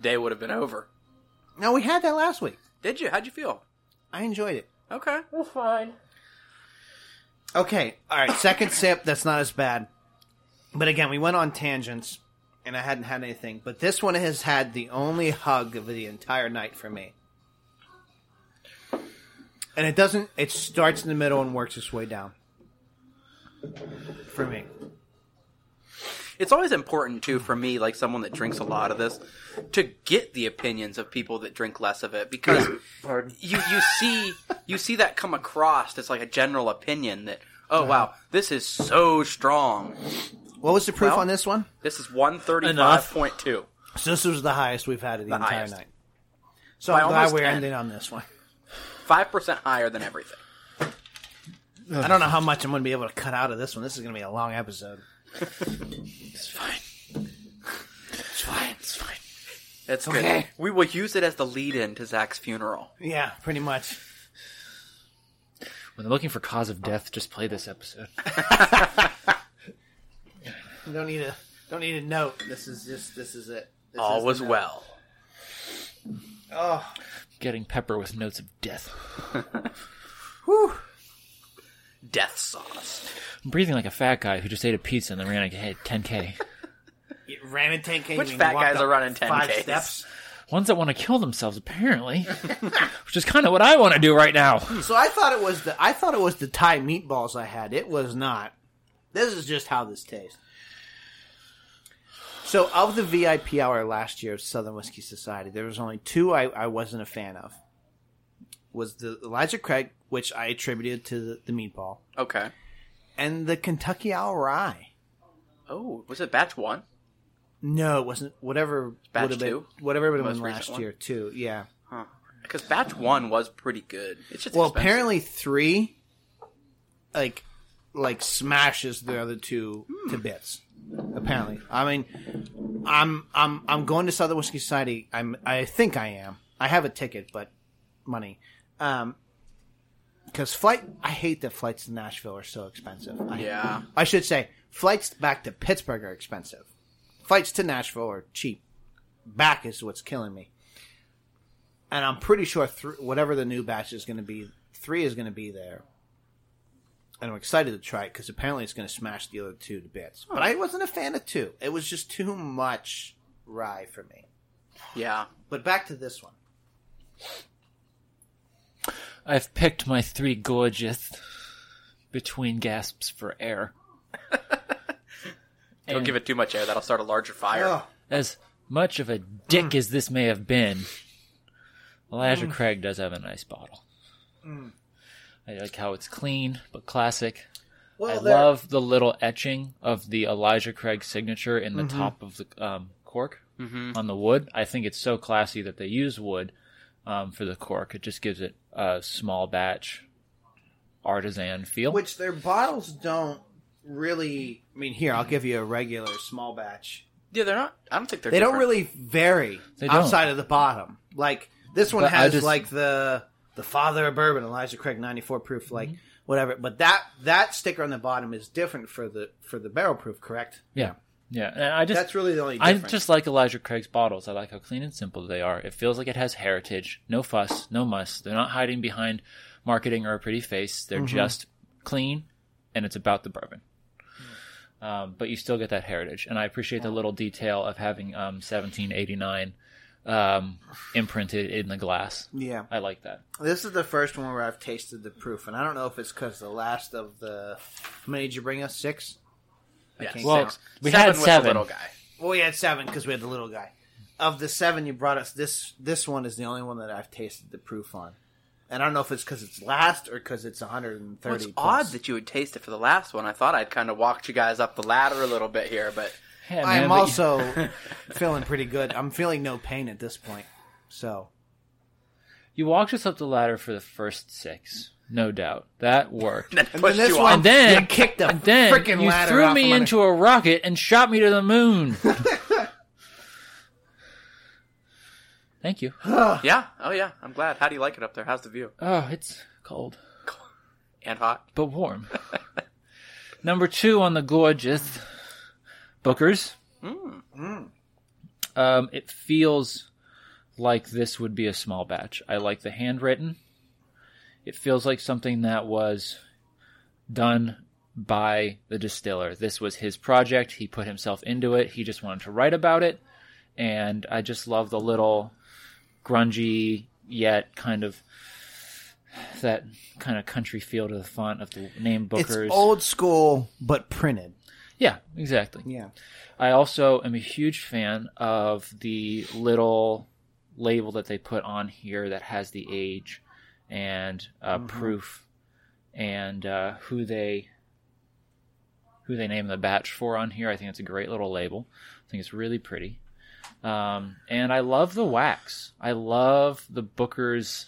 Day would have been over.
No, we had that last week.
Did you? How'd you feel?
I enjoyed it.
Okay.
We're fine.
Okay, all right. Second sip. That's not as bad. But again, we went on tangents, and I hadn't had anything. But this one has had the only hug of the entire night for me. And it doesn't. It starts in the middle and works its way down. For me,
It's always important too for me, like someone that drinks a lot of this, to get the opinions of people that drink less of it because you you see you see that come across as like a general opinion that oh wow this is so strong
what was the proof
Well-
on this one?
this is one thirty five point two.
So this was the highest we've had of the, entire
highest.
night. So
By
I'm glad
almost
we're
10.
ending on this one.
Five percent higher than everything.
I don't know how much I'm going to be able to cut out of this one. This is going to be a long episode.
It's fine. It's fine. It's fine. It's okay. We will use it as the lead in to Zach's funeral.
Yeah, pretty much.
When they're looking for cause of death, just play this episode.
Don't need a don't need a note. This is just this is it. This
All
is
was
the note.
well.
Oh,
Getting pepper with notes of death.
Death sauce.
I'm breathing like a fat guy who just ate a pizza and then ran and hit 10K.
you ran in ten k.
Which fat guys are running 10Ks?
Five steps.
Ones that want to kill themselves, apparently. Which is kind of what I want to do right now.
So I thought it was the I thought it was the Thai meatballs I had. It was not. This is just how this tastes. So of the VIP hour last year of Southern Whiskey Society, there was only two I, I wasn't a fan of. Was the Elijah Craig, which I attributed to the, the meatball,
Okay.
and the Kentucky Owl Rye.
Oh, was it batch one?
No, it wasn't. Whatever
Batch
would have been,
two?
whatever would have
Most
been
recent
last
one?
year too. Yeah.
Because batch one was pretty good. It's just
Well,
expensive.
apparently three, like, like smashes the other two to bits. Apparently, I mean, I'm I'm I'm going to Southern Whiskey Society. I'm I think I am. I have a ticket, but money. Um, because flight, I hate that flights to Nashville are so expensive. I,
Yeah.
I should say flights back to Pittsburgh are expensive. Flights to Nashville are cheap. Back is what's killing me. And I'm pretty sure th- whatever the new batch is going to be, three is going to be there. And I'm excited to try it because apparently it's going to smash the other two to bits. But I wasn't a fan of two. It was just too much rye for me.
Yeah.
But back to this one.
I've picked my three gorgeous between gasps for air.
Don't give it too much air. That'll start a larger fire.
Oh.
Ugh.
As much of a dick
Mm.
as this may have been, Elijah Craig does have a nice bottle.
Mm.
I like how it's clean but classic. I
Well, there-
love the little etching of the Elijah Craig signature in the
Mm-hmm.
top of the um, cork on the wood. I think it's so classy that they use wood um, for the cork. It just gives it a small batch artisan feel.
which their bottles don't really. I mean, here I'll give you a regular small batch.
Yeah, they're not. I don't think they're.
They don't
different.
really vary
They don't.
outside of the bottom. Like this one
But I
has
just-
like the the father of bourbon, Elijah Craig, ninety four proof, like
Mm-hmm.
whatever. But that that sticker on the bottom is different for the for the barrel proof, correct?
yeah, yeah. And I just
That's really the only.
I
Difference.
just like Elijah Craig's bottles. I like how clean and simple they are. It feels like it has heritage. No fuss, no muss. They're not hiding behind marketing or a pretty face. They're just clean, and it's about the bourbon. Um, but you still get that heritage, and I appreciate the little detail of having um, 1789 um, imprinted in the glass.
yeah.
I like that.
This is the first one where I've tasted the proof, and I don't know if it's because the last of the. How many did you bring us? Six.
Yes.
can't
Well,
Six.
we
seven
had
was the
seven.
little guy.
Well, we had seven because we had the little guy. Of the seven you brought us, this this one is the only one that I've tasted the proof on, and I don't know if it's because it's last or because it's 130.
Well, it's odd
plus.
that you would taste it for the last one. I thought I'd kind of walked you guys up the ladder a little bit here, but
Yeah,
I
man,
am
but you-
also feeling pretty good. I'm feeling no pain at this point. So
You walked us up the ladder for the first six, no doubt. That worked.
that pushed
this
you
one-
on.
and then
You kicked the
and then
frickin'
you
ladder
threw
off
me
my-
into a rocket and shot me to the moon. Thank you.
Yeah. Oh, yeah. I'm glad. How do you like it up there? How's the view?
Oh, it's cold
And hot.
but warm. Number two on the gorgeous Booker's. Um, it feels like this would be a small batch. I like the handwritten. It feels like something that was done by the distiller. This was his project. He put himself into it. He just wanted to write about it. And I just love the little grungy yet kind of that kind of country feel to the font of the name Booker's.
it's old school but printed.
Yeah, exactly.
Yeah.
I also am a huge fan of the little label that they put on here that has the age and uh,
Mm-hmm.
proof and uh, who they who they name the batch for on here. I think it's a great little label. I think it's really pretty. Um, and I love the wax. I love the Booker's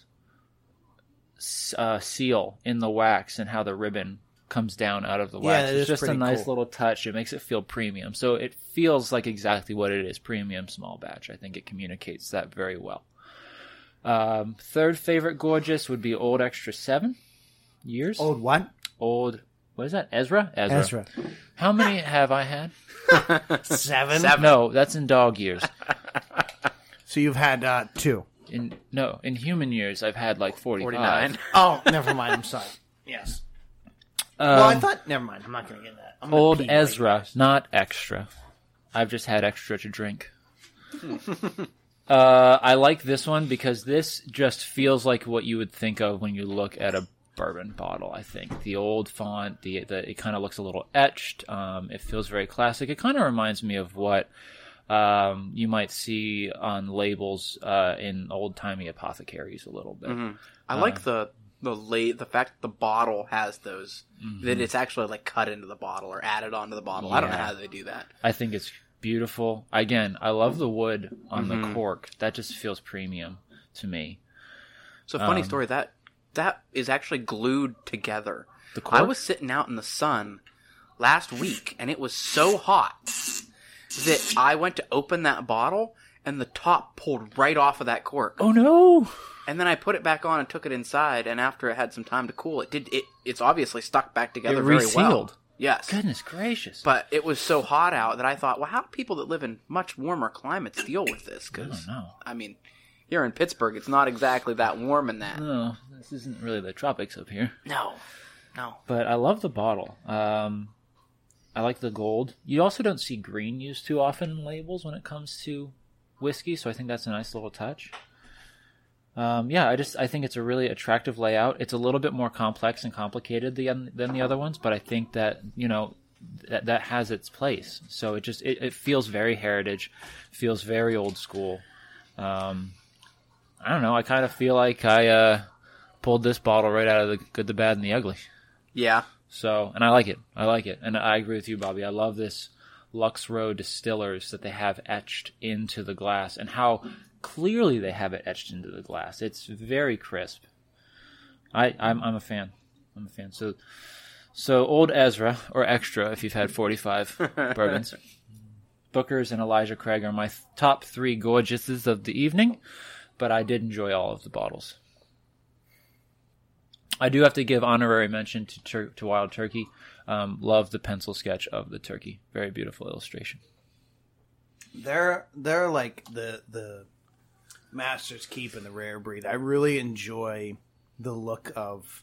s- uh, seal in the wax and how the ribbon comes down out of the
Yeah,
wax.
that
it's
is
just a
pretty
nice
cool.
little touch. It makes it feel premium. So it feels like exactly what it is premium small batch. I think it communicates that very well. Um, third favorite gorgeous would be Old Extra 7 years. Old,
Old what?
what is that? Ezra? Ezra. How many have I had?
Seven?
No, that's in dog years.
So you've had uh, two.
In no, in human years, I've had like forty-five.
49.
Oh, never mind. I'm sorry. Yes.
Um,
Well, I thought. Never mind. I'm not going to get into that. I'm gonna
old
pee right
Ezra, not extra. I've just had extra to drink. uh, I like this one because this just feels like what you would think of when you look at a bourbon bottle. I think the old font, the, the it kind of looks a little etched. Um, it feels very classic. It kind of reminds me of what um, you might see on labels uh, in old timey apothecaries a little bit.
I like the the late the fact that the bottle has those
Mm-hmm.
that it's actually like cut into the bottle or added onto the bottle. I don't know
Yeah.
how they do that.
I think it's beautiful. Again, I love the wood on the cork. That just feels premium to me.
So funny
Um,
story that that is actually glued together.
The
I
cork?
was sitting out in the sun last week and it was so hot that I went to open that bottle and the top pulled right off of that cork.
Oh no!
And then I put it back on and took it inside and after it had some time to cool it did it it's obviously stuck back together
It
very
resealed.
well. Yes.
Goodness gracious!
But it was so hot out that I thought, well, how do people that live in much warmer climates deal with this? Because
I don't know.
I mean, here in Pittsburgh, it's not exactly that warm in that.
no, this isn't really the tropics up here.
No, no.
But I love the bottle. Um, I like the gold. You also don't see green used too often in labels when it comes to whiskey, so I think that's a nice little touch. Um, yeah, I just I think it's a really attractive layout. It's a little bit more complex and complicated than than the other ones, but I think that you know that that has its place. So it just it, it feels very heritage, feels very old school. Um, I don't know. I kind of feel like I uh, pulled this bottle right out of the good, the bad, and the ugly.
Yeah,
So, and I like it. I like it. And I agree with you, Bobby. I love this Lux Row distillers that they have etched into the glass and how clearly they have it etched into the glass. It's very crisp. I, I'm, I'm a fan. I'm a fan. So, so old Ezra or extra if you've had 45 bourbons. Booker's and Elijah Craig are my th- top three gorgeouses of the evening, but I did enjoy all of the bottles. I do have to give honorary mention to tur- to Wild Turkey. Um, love the pencil sketch of the turkey. Very beautiful illustration.
they're they're like the the masters keep and the rare breed. I really enjoy the look of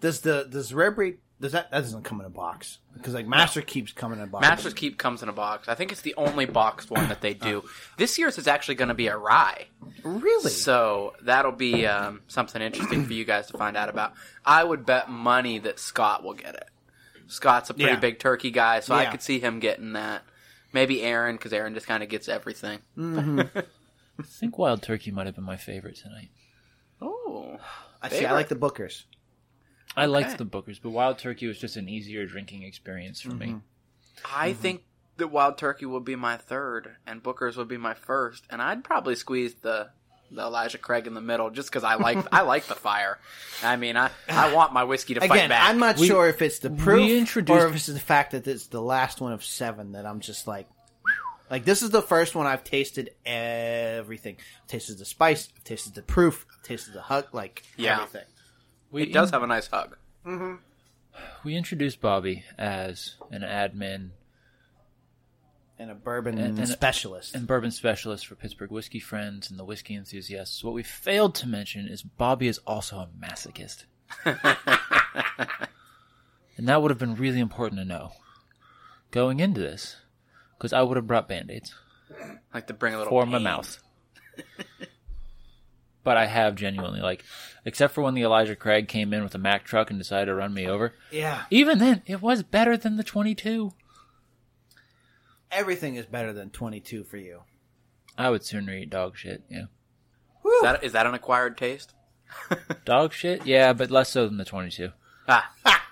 does the does rare breed does that that doesn't come in a box because like master keeps coming in a box.
Masters Keep comes in a box. I think it's the only boxed one that they do. This year's is actually going to be a rye,
really?
so that'll be um, something interesting for you guys to find out about. I would bet money that Scott will get it. Scott's a pretty
Yeah.
big turkey guy, so I
Yeah.
could see him getting that. Maybe Aaron, because Aaron just kind of gets everything.
I think Wild Turkey might have been my favorite tonight.
Hmm.
Oh,
I see. I like the Bookers.
I
Okay.
liked the Bookers, but Wild Turkey was just an easier drinking experience for
Mm-hmm.
me.
I think the Wild Turkey would be my third, and Booker's would be my first, and I'd probably squeeze the the Elijah Craig in the middle just because I like I like the fire. I mean, I I want my whiskey to fight
Again,
back.
I'm not
We-
sure if it's the
we
proof
introduced-
or if it's the fact that it's the last one of seven that I'm just like, like this is the first one I've tasted everything. I've tasted the spice. I've tasted the proof. I've tasted the hug. Like
Yeah.
everything.
We
it does have a nice hug.
we introduced Bobby as an admin
And a bourbon
And- and-
specialist.
and bourbon specialist for Pittsburgh Whiskey Friends and the Whiskey Enthusiasts. What we failed to mention is Bobby is also a masochist. and that would have been really important to know going into this because I would have brought band aids
Like to bring a little
for my
pain.
mouth. but I have genuinely, like, except for when the Elijah Craig came in with a Mack truck and decided to run me over.
yeah,
Even then, it was better than the 22.
everything is better than 22 for you.
I would sooner eat dog shit, yeah.
Is that is that an acquired taste?
Dog shit? Yeah, but less so than the 22.
Ah. Ha!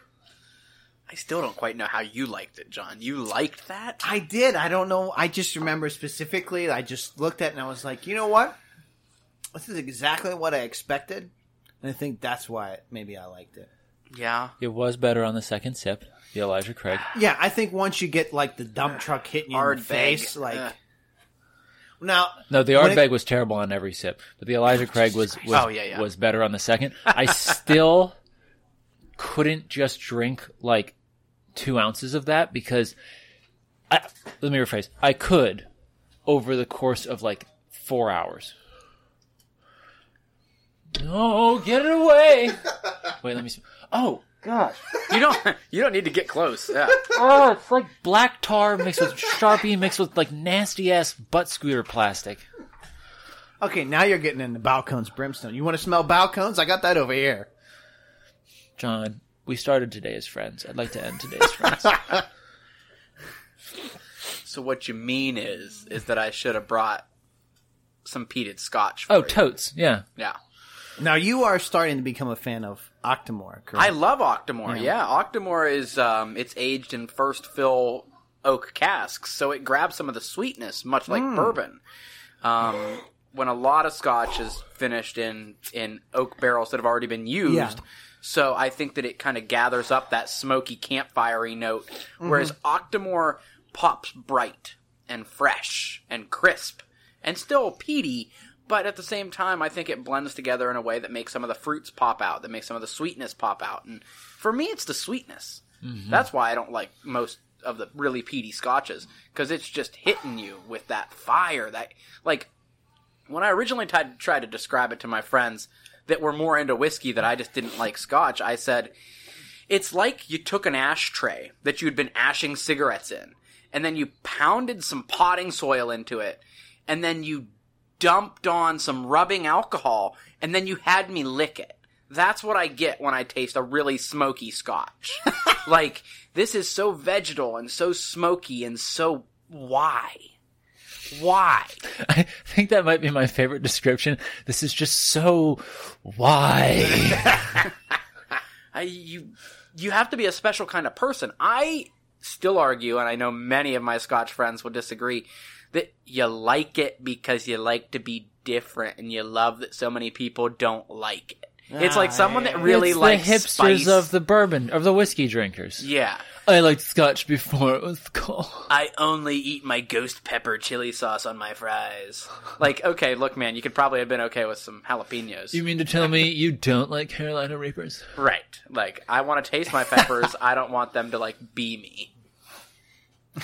I still don't quite know how you liked it, John. You liked that?
I did. I don't know. I just remember specifically. I just looked at it and I was like, you know what? This is exactly what I expected, and I think that's why maybe I liked it.
Yeah.
It was better on the second sip, the Elijah Craig.
Yeah, I think once you get like the dump truck hitting you in
Hard
the face,
bag.
like
Ugh.
now,
No, the
When
Ardbeg
it-
was terrible on every sip, but the Elijah Craig was was,
Oh, yeah, yeah.
was better on the second. I still couldn't just drink like two ounces of that because I, let me rephrase. I could over the course of like four hours. No, get it away. Wait, let me. See. Oh,
You don't you don't need to get close. Yeah.
oh, it's like black tar mixed with Sharpie mixed with like nasty ass butt scooter plastic.
okay, now you're getting into Balcones Brimstone. You want to smell Balcones? I got that over here.
John, we started today as friends. I'd like to end today as friends.
So what you mean is is that I should have brought some peated scotch for
oh,
you.
totes. Yeah.
Yeah.
Now you are starting to become a fan of Octomore, correct?
I love Octomore. Yeah, Octomore is um, it's aged in first fill oak casks, so it grabs some of the sweetness, much like bourbon. Um, when a lot of Scotch is finished in in oak barrels that have already been used.
Yeah.
So I think that it kind of gathers up that smoky campfirey note, whereas Octomore pops bright and fresh and crisp and still peaty, but at the same time, I think it blends together in a way that makes some of the fruits pop out, that makes some of the sweetness pop out. And for me, it's the sweetness. That's why I don't like most of the really peaty scotches because it's just hitting you with that fire. That like when I originally tried, tried to describe it to my friends that were more into whiskey that I just didn't like scotch, I said, it's like you took an ashtray that you'd been ashing cigarettes in, and then you pounded some potting soil into it, and then you dumped on some rubbing alcohol, and then you had me lick it. That's what I get when I taste a really smoky scotch. like, this is so vegetal and so smoky and so why? Why?
I think that might be my favorite description. This is just so why.
I, you you have to be a special kind of person. I still argue, and I know many of my Scotch friends will disagree, that you like it because you like to be different, and you love that so many people don't like it. it's like someone that really
Ah, it's
likes
the hipsters
spice.
of the bourbon of the whiskey drinkers.
yeah.
I liked scotch before it was cool.
I only eat my ghost pepper chili sauce on my fries. Like, okay, look, man, you could probably have been okay with some jalapenos.
You mean to tell me you don't like Carolina Reapers?
right. Like, I want to taste my peppers. I don't want them to, like, be me.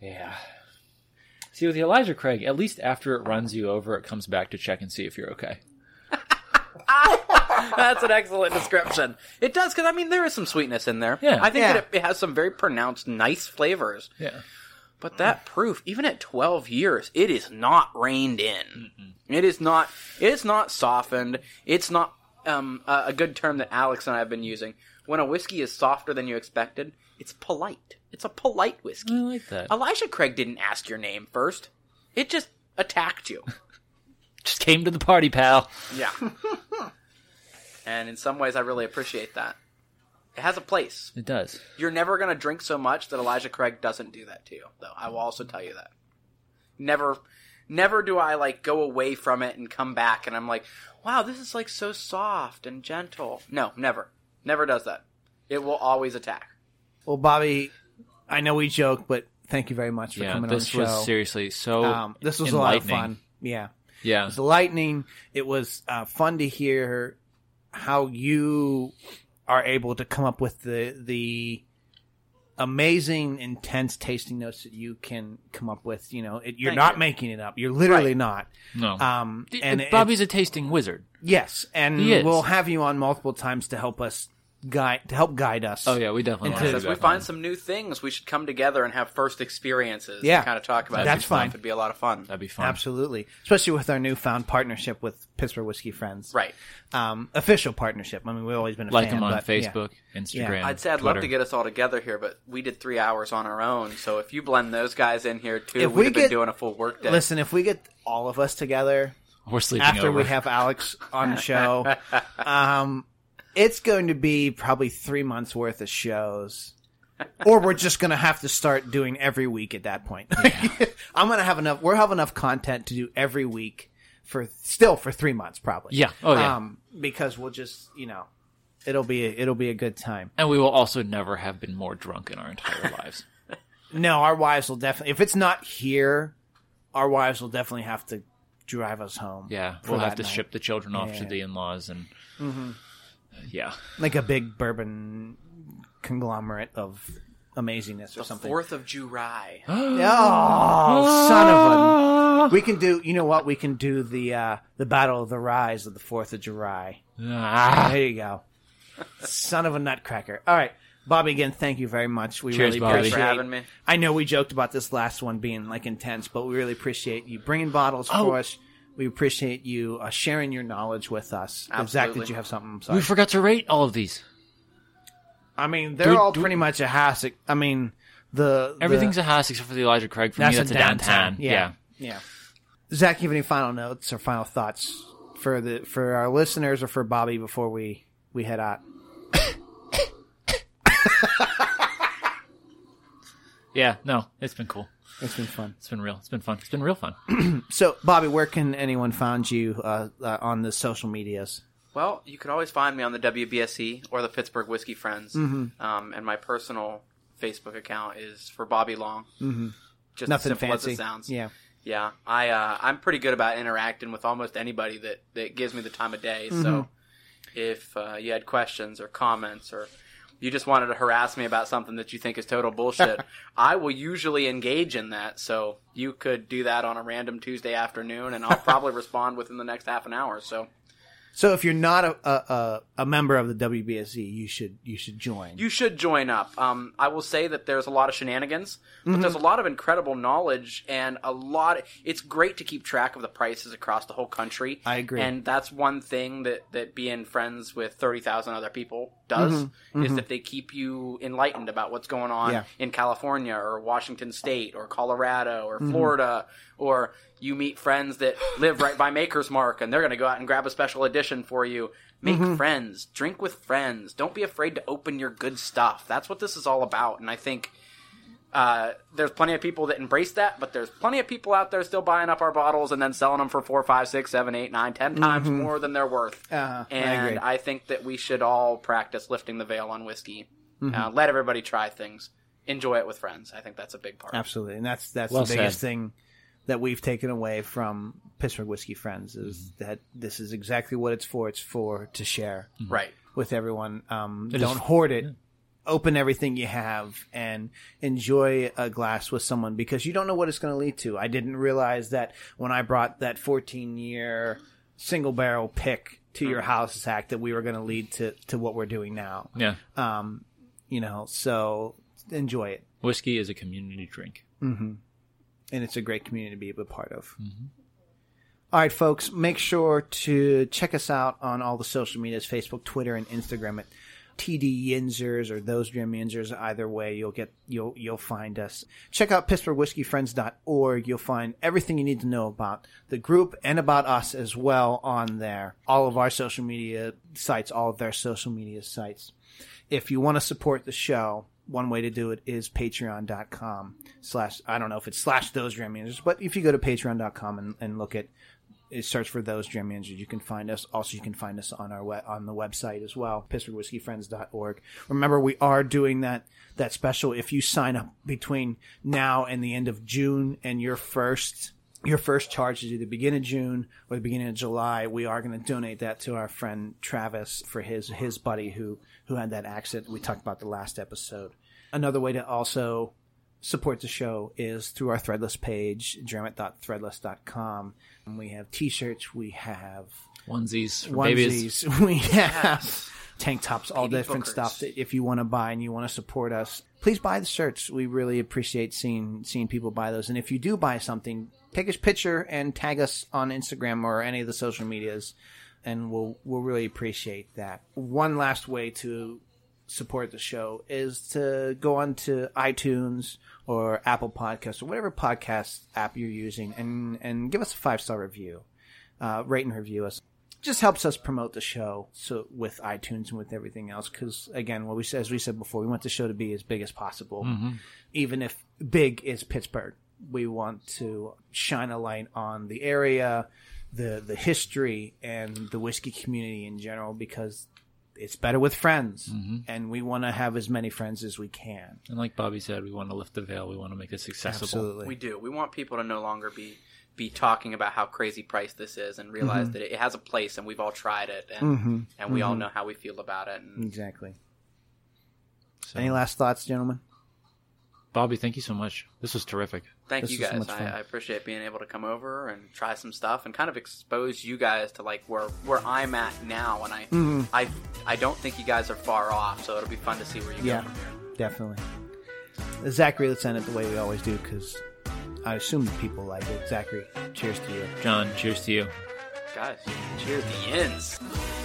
Yeah. See with the Elijah Craig, at least after it runs you over, it comes back to check and see if you're okay.
That's an excellent description. It does because I mean there is some sweetness in there.
Yeah.
I think
Yeah.
that it, it has some very pronounced, nice flavors.
Yeah.
But that proof, even at twelve years, it is not reined in. It is not. It is not softened. It's not um, a, a good term that Alex and I have been using. When a whiskey is softer than you expected, it's polite. It's a polite whiskey.
I like that.
Elijah Craig didn't ask your name first. It just attacked you.
Just came to the party, pal.
Yeah. and in some ways, I really appreciate that. It has a place.
It does.
You're never going to drink so much that Elijah Craig doesn't do that to you, though. I will also tell you that. Never, never do I like go away from it and come back and I'm like, wow, this is like so soft and gentle. No, never. Never does that. It will always attack.
Well, Bobby, I know we joke, but thank you very much for
Yeah,
coming
this
on the show.
was seriously so.
um, this was a lot of
enlightening.
fun. Yeah. It
Yeah,
was lightning. It was uh, fun to hear how you are able to come up with the the amazing intense tasting notes that you can come up with. You know, it, you're
Thank
not
you.
making it up. You're literally
Right.
not.
no.
Um,
D-
and it-
Bobby's a tasting wizard.
yes, and
He is.
we'll have you on multiple times to help us guide to help guide us.
Oh yeah, we definitely
And
want to.
to-
As we find some new things, we should come together and have first experiences.
Yeah.
and kind of talk about
That's
some stuff.
fine.
It'd be a lot of fun.
that'd be fun.
Absolutely, especially with our newfound partnership with Pittsburgh Whiskey Friends,
Right.
Um, official partnership. I mean, we've always been a
Like
fan,
him on
but, yeah.
Facebook, Instagram.
Yeah.
I'd say I'd love to get us all together here, but we did three hours on our own. So if you blend those guys in here too,
If
we'd
we
have
get-
been doing a full work day.
Listen, if we get all of us together
We're sleeping
after
over.
we have Alex on the show, um, it's going to be probably three months worth of shows. or we're just going to have to start doing every week at that point. I'm going to have enough. We'll have enough content to do every week for still for three months probably.
Yeah. Oh, yeah.
Um, because we'll just you know, it'll be a, it'll be a good time.
and we will also never have been more drunk in our entire lives.
No, our wives will definitely. If it's not here, our wives will definitely have to drive us home.
Yeah,
for
we'll have
that
to
night.
ship the children off to
Yeah.
the in-laws and. uh, Yeah,
like a big bourbon conglomerate of amazingness or
the
something.
Fourth of July.
Oh, son
Ah.
of a! We can do. You know what? We can do the uh, the Battle of the Rise of the Fourth of July.
Ah.
There you go. Son of a nutcracker. All right, Bobby. Again, thank you very much. We
Cheers,
really
Bobby.
appreciate.
Thanks for having me.
I know we joked about this last one being like intense, but we really appreciate you bringing bottles
Oh.
for us. We appreciate you uh, sharing your knowledge with us. Uh, Zach,
Absolutely.
did you have something? I'm
we
Sorry.
forgot to rate all of these.
I mean, they're all
do-
pretty much a hassock. I mean, the the-
Everything's a house except for the Elijah Craig. For me, that's a downtown.
Yeah. yeah. Zach, you have any final notes or final thoughts for the for our listeners or for Bobby before we we head out?
yeah, no, it's been cool.
It's been fun.
It's been real. It's been fun. It's been real fun.
So, Bobby, where can anyone find you uh, uh, on the social medias?
Well, you can always find me on the WBSE E or the Pittsburgh Whiskey Friends.
Mm-hmm.
Um, and my personal Facebook account is for Bobby Long. Mm-hmm. Just
Nothing
as simple
fancy.
as it sounds.
Yeah.
Yeah, I uh, I'm pretty good about interacting with almost anybody that that gives me the time of day.
Mm-hmm.
So if uh, you had questions or comments or you just wanted to harass me about something that you think is total bullshit, I will usually engage in that. So you could do that on a random Tuesday afternoon, and I'll probably respond within the next half an hour. So
So, if you're not a, a, a, a member of the WBSE, you should you should join.
you should join up. Um, I will say that there's a lot of shenanigans, but there's
Mm-hmm.
a lot of incredible knowledge and a lot. it's great to keep track of the prices across the whole country.
I agree.
and that's one thing that that being friends with thirty thousand other people does is that they keep you enlightened about what's going on
Yeah.
in California or Washington State or Colorado or Florida or you meet friends that live right by Maker's Mark and they're going to go out and grab a special edition for you. Make friends, drink with friends. Don't be afraid to open your good stuff. That's what this is all about. And I think uh, there's plenty of people that embrace that, but there's plenty of people out there still buying up our bottles and then selling them for four, five, six, seven, eight, nine, ten times more than they're worth.
Uh-huh. Mm-hmm. I agree.
and I, think that we should all practice lifting the veil on whiskey.
Mm-hmm.
Uh, let everybody try things. Enjoy it with friends. I think that's a big part.
Absolutely, and that's that's
Well
the biggest
said.
thing that we've taken away from Pittsburgh Whiskey Friends is
Mm-hmm.
that this is exactly what it's for. It's for to share
Right.
with everyone. Um,
It
don't
is-
hoard it. Open everything you have and enjoy a glass with someone because you don't know what it's going to lead to. I didn't realize that when I brought that 14 year single barrel pick to your
Mm-hmm.
house, Zach, that we were going to lead to to what we're doing now. Um,
Yeah,
You know, so enjoy it.
whiskey is a community drink.
and it's a great community to be a part of. All right, folks, make sure to check us out on all the social medias Facebook, Twitter, and Instagram at TD Yinzers or those Dram Yinzers. Either way, you'll get you'll you'll find us. Check out PittsburghWhiskeyFriends.org. You'll find everything you need to know about the group and about us as well on there. All of our social media sites, all of their social media sites. If you want to support the show, one way to do it is patreon.com slash I don't know if it's slash those Dram Yinzers, but if you go to patreon.com and, and look at is search for those dram managers. You can find us. Also, you can find us on our we- on the website as well, PittsburghWhiskeyFriends.org. Remember, we are doing that that special. If you sign up between now and the end of June, and your first your first charge is either beginning of June or the beginning of July, we are going to donate that to our friend Travis for his his buddy who who had that accident we talked about the last episode. Another way to also support the show is through our threadless page dramit.threadless.com and we have t-shirts we have
Onesies. for babies.
onesies we have tank tops all
Baby
different
bookers.
stuff that if you want to buy and you want to support us please buy the shirts we really appreciate seeing seeing people buy those and if you do buy something take a picture and tag us on instagram or any of the social medias and we'll we'll really appreciate that one last way to support the show is to go on to iTunes or Apple Podcasts or whatever podcast app you're using and and give us a five star review, uh, rate and review us. Just helps us promote the show so with iTunes and with everything else because again, what we said as we said before, we want the show to be as big as possible, even if big is Pittsburgh. We want to shine a light on the area, the the history, and the whiskey community in general because it's better with friends and we want to have as many friends as we can
And like Bobby said, we want to lift the veil. We want to make this accessible.
absolutely
We do. We want people to no longer be be talking about how crazy priced this is and realize
Mm-hmm.
that it has a place and we've all tried it and and we all know how we feel about it. And
exactly
So-
any last thoughts gentlemen
Bobby, thank you so much. This was terrific.
thank
This
you
was so
guys.
much fun.
I, I appreciate being able to come over and try some stuff and kind of expose you guys to like where where I'm at now. And I
Mm-hmm.
I I don't think you guys are far off, so it'll be fun to see where you
Yeah.
go from here.
definitely zachary let's end it the way we always do because i assume the people like it zachary cheers to you
John, cheers to you.
Guys, cheers the ends.